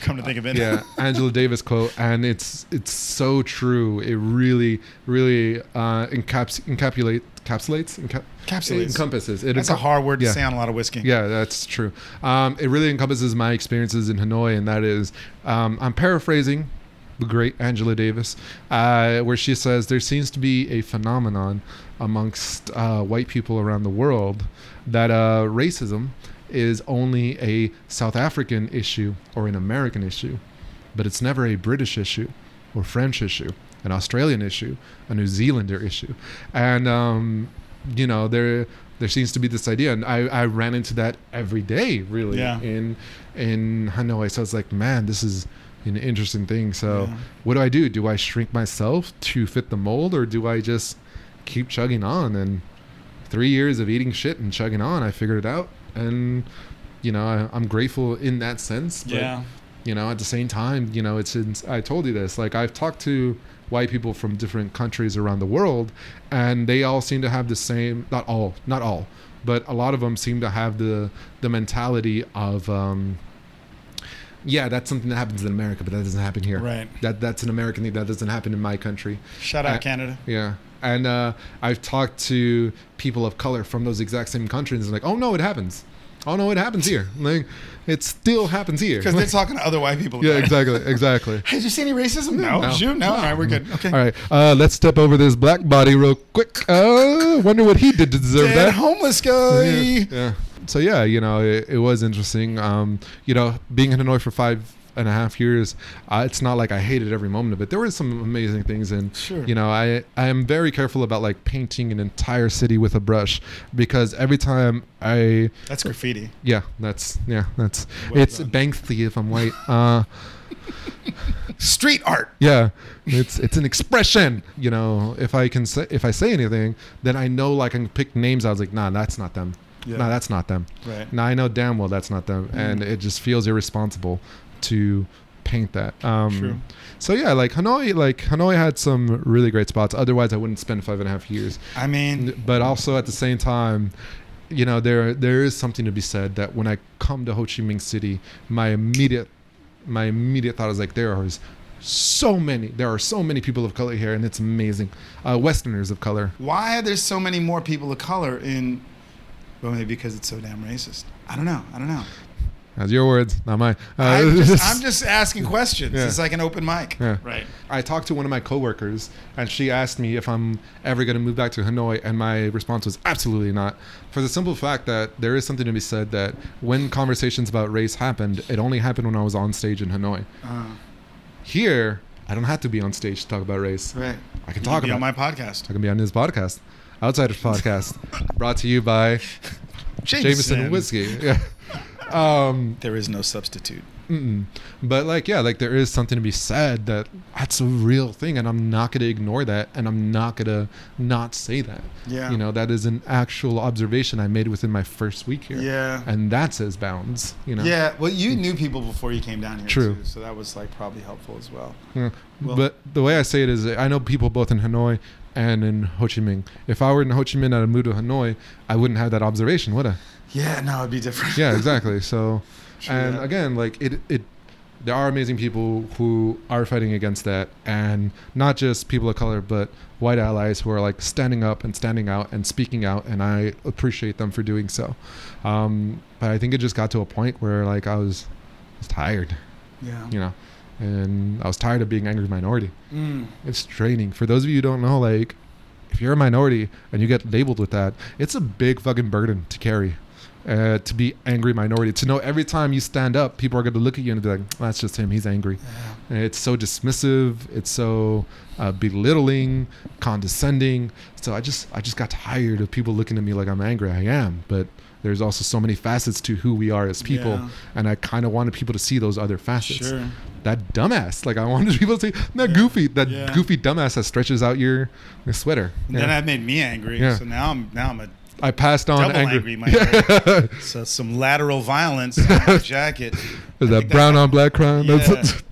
[SPEAKER 2] Come to think of it,
[SPEAKER 1] yeah angela davis quote and it's it's so true it really really uh encaps encapsulate encapsulates enca-
[SPEAKER 2] Encapsulates.
[SPEAKER 1] it encompasses it
[SPEAKER 2] that's a
[SPEAKER 1] encom-
[SPEAKER 2] hard word
[SPEAKER 1] yeah.
[SPEAKER 2] to say on a lot of whiskey.
[SPEAKER 1] yeah that's true um it really encompasses my experiences in hanoi and that is um i'm paraphrasing the great angela davis uh where she says there seems to be a phenomenon amongst uh white people around the world that uh racism is only a south african issue or an american issue but it's never a British issue or French issue, an Australian issue, a New Zealander issue. And, um, you know, there there seems to be this idea. And I, I ran into that every day, really,
[SPEAKER 2] Yeah.
[SPEAKER 1] in, in Hanoi. So it's like, man, this is an interesting thing. So
[SPEAKER 2] Yeah.
[SPEAKER 1] what do I do? Do I shrink myself to fit the mold or do I just keep chugging on? And three years of eating shit and chugging on, I figured it out. And, you know, I, I'm grateful in that sense. But
[SPEAKER 2] yeah.
[SPEAKER 1] you know at the same time you know it's it's- i told you this like i've talked to white people from different countries around the world and they all seem to have the same not all not all but a lot of them seem to have the the mentality of um yeah that's something that happens in america but that doesn't happen here
[SPEAKER 2] Right.
[SPEAKER 1] that that's an american thing that doesn't happen in my country
[SPEAKER 2] Shout
[SPEAKER 1] Uh,
[SPEAKER 2] out Canada.
[SPEAKER 1] yeah. And uh, I've talked to people of color from those exact same countries and like, oh no, it happens. Oh no, it happens here. Like it still happens here.
[SPEAKER 2] Because they're talking to other white people.
[SPEAKER 1] yeah,
[SPEAKER 2] about it.
[SPEAKER 1] exactly, exactly.
[SPEAKER 2] Hey, did you see any racism? No.
[SPEAKER 1] No.
[SPEAKER 2] Shoot, no. All right, we're good. Okay.
[SPEAKER 1] All right, uh, let's step over this black body real quick. Uh, wonder what he did to deserve
[SPEAKER 2] Dead
[SPEAKER 1] that.
[SPEAKER 2] homeless guy.
[SPEAKER 1] Yeah. yeah. So yeah, you know, it, it was interesting. Um, you know, being in Hanoi for five and a half years, uh, it's not like I hated every moment of it. There were some amazing things, and
[SPEAKER 2] Sure.
[SPEAKER 1] you know, I I am very careful about like painting an entire city with a brush because every time I
[SPEAKER 2] That's graffiti.
[SPEAKER 1] yeah, that's yeah, that's
[SPEAKER 2] Well
[SPEAKER 1] it's
[SPEAKER 2] done.
[SPEAKER 1] Banksy if I'm white. Uh,
[SPEAKER 2] Street art.
[SPEAKER 1] yeah, it's it's an expression. You know, if I can say if I say anything, then I know like I can pick names. I was like, nah, that's not them.
[SPEAKER 2] Yeah. Mm.
[SPEAKER 1] Nah, that's not them.
[SPEAKER 2] Right.
[SPEAKER 1] Now I know damn well that's not them, and it just feels irresponsible to paint that. Um,
[SPEAKER 2] True.
[SPEAKER 1] So yeah, like Hanoi, like Hanoi had some really great spots. Otherwise, I wouldn't spend five and a half years.
[SPEAKER 2] I mean,
[SPEAKER 1] But also at the same time, you know, there there is something to be said that when I come to Ho Chi Minh City, my immediate my immediate thought is like there are so many there are so many people of color here, and it's amazing. Uh, Westerners of color.
[SPEAKER 2] why are there so many more people of color in? Well, maybe because it's so damn racist. I don't know. I don't know.
[SPEAKER 1] That's your words, not mine. Uh,
[SPEAKER 2] I'm, just, I'm just asking questions.
[SPEAKER 1] Yeah.
[SPEAKER 2] It's like an open mic.
[SPEAKER 1] Yeah.
[SPEAKER 3] Right.
[SPEAKER 1] I talked to one of my coworkers, and she asked me if I'm ever going to move back to Hanoi, and my response was absolutely not, for the simple fact that there is something to be said that when conversations about race happened, it only happened when I was on stage in Hanoi.
[SPEAKER 2] Uh,
[SPEAKER 1] Here, I don't have to be on stage to talk about race.
[SPEAKER 2] right.
[SPEAKER 1] I can
[SPEAKER 2] You
[SPEAKER 1] talk
[SPEAKER 2] be
[SPEAKER 1] about.
[SPEAKER 2] on my podcast.
[SPEAKER 1] I can be on this podcast, Outsiders Podcast, brought to you by Jameson Whiskey. Yeah. Um,
[SPEAKER 2] There is no substitute.
[SPEAKER 1] Mm-mm. But like, yeah, like there is something to be said that that's a real thing, and I'm not gonna ignore that, and I'm not gonna not say that.
[SPEAKER 2] Yeah.
[SPEAKER 1] you know, that is an actual observation I made within my first week here.
[SPEAKER 2] Yeah.
[SPEAKER 1] and that says bounds. You know.
[SPEAKER 2] Yeah. Well, you knew people before you came down here.
[SPEAKER 1] True.
[SPEAKER 2] Too,
[SPEAKER 1] Hmm.
[SPEAKER 2] so that was like probably helpful as well.
[SPEAKER 1] Yeah.
[SPEAKER 2] Well-
[SPEAKER 1] but the way I say it is, I know people both in Hanoi and in Ho Chi Minh. If I were in Ho Chi Minh and I moved to Hanoi, I wouldn't have that observation, would I?
[SPEAKER 3] Yeah, no, it'd be different.
[SPEAKER 1] Yeah, exactly. So,
[SPEAKER 3] True
[SPEAKER 1] and
[SPEAKER 3] that.
[SPEAKER 1] again, like it, it, there are amazing people who are fighting against that, and not just people of color, but white allies who are like standing up and standing out and speaking out, and I appreciate them for doing so. Um, but I think it just got to a point where like I was, I was tired,
[SPEAKER 3] Yeah.
[SPEAKER 1] you know, and I was tired of being angry minority.
[SPEAKER 3] Mm.
[SPEAKER 1] It's draining. For those of you who don't know, like, if you're a minority and you get labeled with that, it's a big fucking burden to carry. Uh, to be angry minority, to know every time you stand up, people are going to look at you and be like, "Oh, "That's just him. He's angry."
[SPEAKER 3] Yeah.
[SPEAKER 1] And it's so dismissive. It's so uh, belittling, condescending. So I just, I just got tired of people looking at me like I'm angry. I am, but there's also so many facets to who we are as people,
[SPEAKER 3] Yeah.
[SPEAKER 1] and I kind of wanted people to see those other facets
[SPEAKER 3] Sure.
[SPEAKER 1] that dumbass. Like I wanted people to say that goofy, that
[SPEAKER 2] Yeah.
[SPEAKER 1] goofy dumbass that stretches out your, your sweater.
[SPEAKER 2] And
[SPEAKER 1] Yeah.
[SPEAKER 2] Then that made me angry.
[SPEAKER 1] Yeah.
[SPEAKER 2] So now I'm now I'm a
[SPEAKER 1] I passed on
[SPEAKER 2] double
[SPEAKER 1] angry.
[SPEAKER 2] angry, my so some lateral violence in my jacket.
[SPEAKER 1] Is that
[SPEAKER 2] think
[SPEAKER 1] brown on black crime?
[SPEAKER 2] Yeah.
[SPEAKER 1] That's-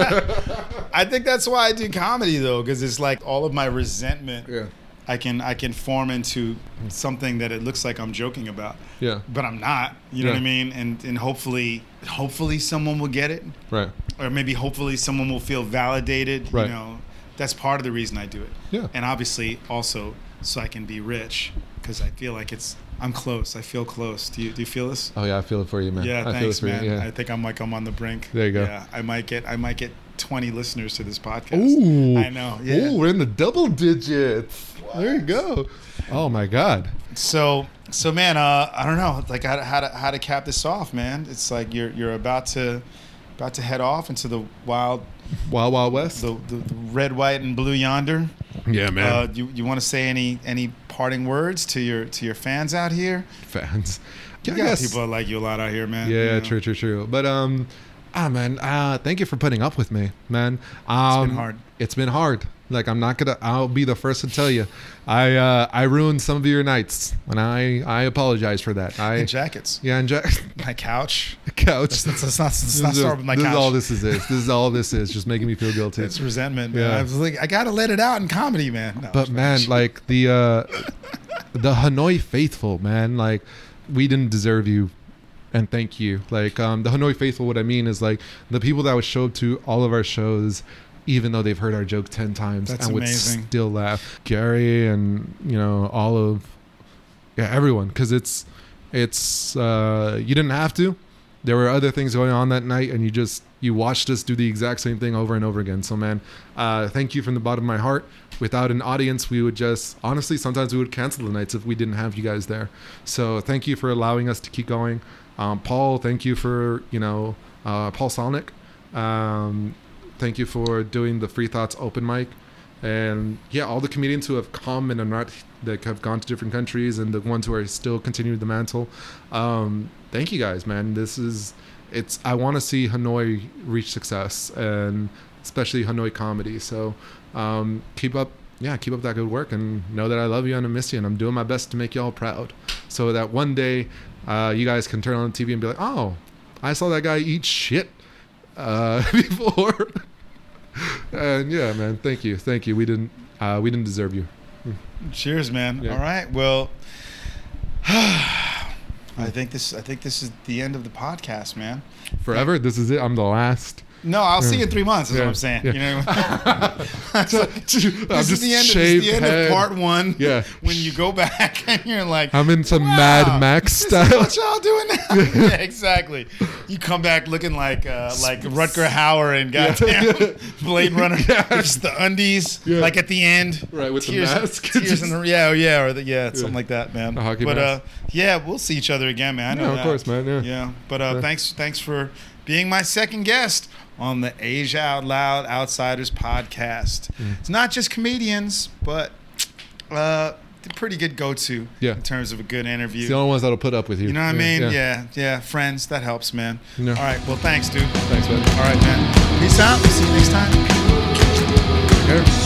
[SPEAKER 2] I think that's why I do comedy though, because it's like all of my resentment.
[SPEAKER 1] yeah,
[SPEAKER 2] I can I can form into something that it looks like I'm joking about,
[SPEAKER 1] yeah,
[SPEAKER 2] but I'm not. You know
[SPEAKER 1] Yeah.
[SPEAKER 2] what I mean? And and hopefully hopefully someone will get it,
[SPEAKER 1] right.
[SPEAKER 2] or maybe hopefully someone will feel validated.
[SPEAKER 1] Right.
[SPEAKER 2] You know, that's part of the reason I do it.
[SPEAKER 1] Yeah.
[SPEAKER 2] And obviously also so I can be rich because I feel like it's I'm close. I feel close. Do you do you feel this?
[SPEAKER 1] Oh yeah, I feel it for you, man.
[SPEAKER 2] Yeah,
[SPEAKER 1] I feel
[SPEAKER 2] thanks,
[SPEAKER 1] it for
[SPEAKER 2] man.
[SPEAKER 1] you. Yeah.
[SPEAKER 2] I think I'm like I'm on the brink.
[SPEAKER 1] There you go.
[SPEAKER 2] Yeah, I might get I might get 20 listeners to this podcast.
[SPEAKER 1] Ooh,
[SPEAKER 2] I know. Yeah.
[SPEAKER 1] Ooh, we're in the double digits. There you go. Oh my god.
[SPEAKER 2] So so man, uh, I don't know, like how to, how to how to cap this off, man. It's like you're you're about to about to head off into the wild,
[SPEAKER 1] Wild Wild West.
[SPEAKER 2] the, the, the red, white, and blue yonder.
[SPEAKER 1] yeah,
[SPEAKER 2] Uh, you you want to say any any parting words to your to your fans out here?
[SPEAKER 1] Fans.
[SPEAKER 2] You
[SPEAKER 1] I
[SPEAKER 2] got
[SPEAKER 1] guess-
[SPEAKER 2] people that like you a lot out here, man.
[SPEAKER 1] Yeah,
[SPEAKER 2] you know?
[SPEAKER 1] true, true, true. But um, ah, man, uh, thank you for putting up with me, man. Um,
[SPEAKER 2] hard.
[SPEAKER 1] It's been hard. Like I'm not gonna. I'll be the first to tell you, I uh, I ruined some of your nights, and I I apologize for that. I
[SPEAKER 2] And jackets.
[SPEAKER 1] yeah, and Jack
[SPEAKER 2] My couch.
[SPEAKER 1] couch.
[SPEAKER 2] Let's, let's not let's
[SPEAKER 1] This
[SPEAKER 2] not
[SPEAKER 1] is-
[SPEAKER 2] start with my
[SPEAKER 1] this
[SPEAKER 2] couch.
[SPEAKER 1] is all this is. This is all this is. Just making me feel guilty.
[SPEAKER 2] It's resentment, man.
[SPEAKER 1] Yeah.
[SPEAKER 2] I was like, I gotta let it out in comedy, man. No,
[SPEAKER 1] But man, like the uh the Hanoi faithful, man, like we didn't deserve you and thank you. Like um the Hanoi faithful what I mean is like the people that would show up to all of our shows even though they've heard our joke 10 times
[SPEAKER 2] That's
[SPEAKER 1] and would
[SPEAKER 2] amazing.
[SPEAKER 1] still laugh. Gary and you know all of yeah, everyone cuz it's it's uh you didn't have to there were other things going on that night and you just you watched us do the exact same thing over and over again so man uh, thank you from the bottom of my heart without an audience we would just honestly sometimes we would cancel the nights if we didn't have you guys there so thank you for allowing us to keep going um, paul thank you for you know uh, paul sonic um, thank you for doing the free thoughts open mic and yeah all the comedians who have come and are not that have gone to different countries and the ones who are still continuing the mantle um, thank you guys man this is it's i want to see hanoi reach success and especially hanoi comedy so um, keep up yeah keep up that good work and know that i love you and i miss you and i'm doing my best to make y'all proud so that one day uh, you guys can turn on the tv and be like oh i saw that guy eat shit uh, before and yeah, man, thank you, thank you. We didn't, uh, we didn't deserve you.
[SPEAKER 2] Cheers, man.
[SPEAKER 1] Yeah.
[SPEAKER 2] All right. Well, I think this. I think this is the end of the podcast, man.
[SPEAKER 1] Forever, this is it. I'm the last.
[SPEAKER 2] No, I'll see
[SPEAKER 1] Yeah.
[SPEAKER 2] you in three months. Is
[SPEAKER 1] Yeah.
[SPEAKER 2] what I'm saying.
[SPEAKER 1] Yeah.
[SPEAKER 2] You know, It's
[SPEAKER 1] So-
[SPEAKER 2] like, this is the end. Of, this is the end of part one.
[SPEAKER 1] Yeah.
[SPEAKER 2] When you go back and you're like,
[SPEAKER 1] I'm in some
[SPEAKER 2] "Wow,
[SPEAKER 1] Mad Max
[SPEAKER 2] this is
[SPEAKER 1] style.
[SPEAKER 2] what y'all doing now? yeah, exactly. You come back looking like uh, like Rutger Hauer and goddamn Blade Runner. Just the undies,
[SPEAKER 1] Yeah.
[SPEAKER 2] like at the end,
[SPEAKER 1] Right, with the
[SPEAKER 2] tears,
[SPEAKER 1] mask.
[SPEAKER 2] tears in the yeah, oh, yeah, or the, yeah, something
[SPEAKER 1] Yeah.
[SPEAKER 2] like that, man.
[SPEAKER 1] The hockey
[SPEAKER 2] but
[SPEAKER 1] mask.
[SPEAKER 2] uh, yeah, we'll see each other again, man. I
[SPEAKER 1] Yeah,
[SPEAKER 2] know
[SPEAKER 1] of
[SPEAKER 2] that.
[SPEAKER 1] course, man, yeah.
[SPEAKER 2] yeah. But uh,
[SPEAKER 1] Yeah.
[SPEAKER 2] thanks, thanks for being my second guest on the Asia Out Loud Outsiders podcast.
[SPEAKER 1] Mm.
[SPEAKER 2] It's not just comedians, but uh, they're pretty good go-to
[SPEAKER 1] Yeah.
[SPEAKER 2] in terms of a good interview.
[SPEAKER 1] It's the only ones that'll put up with you.
[SPEAKER 2] You know what I mean? Yeah. yeah, Friends, that helps, man.
[SPEAKER 1] Yeah.
[SPEAKER 2] All right. Well, thanks, dude.
[SPEAKER 1] Thanks, man.
[SPEAKER 2] All right, man. Peace out. See you next time.
[SPEAKER 1] Take care.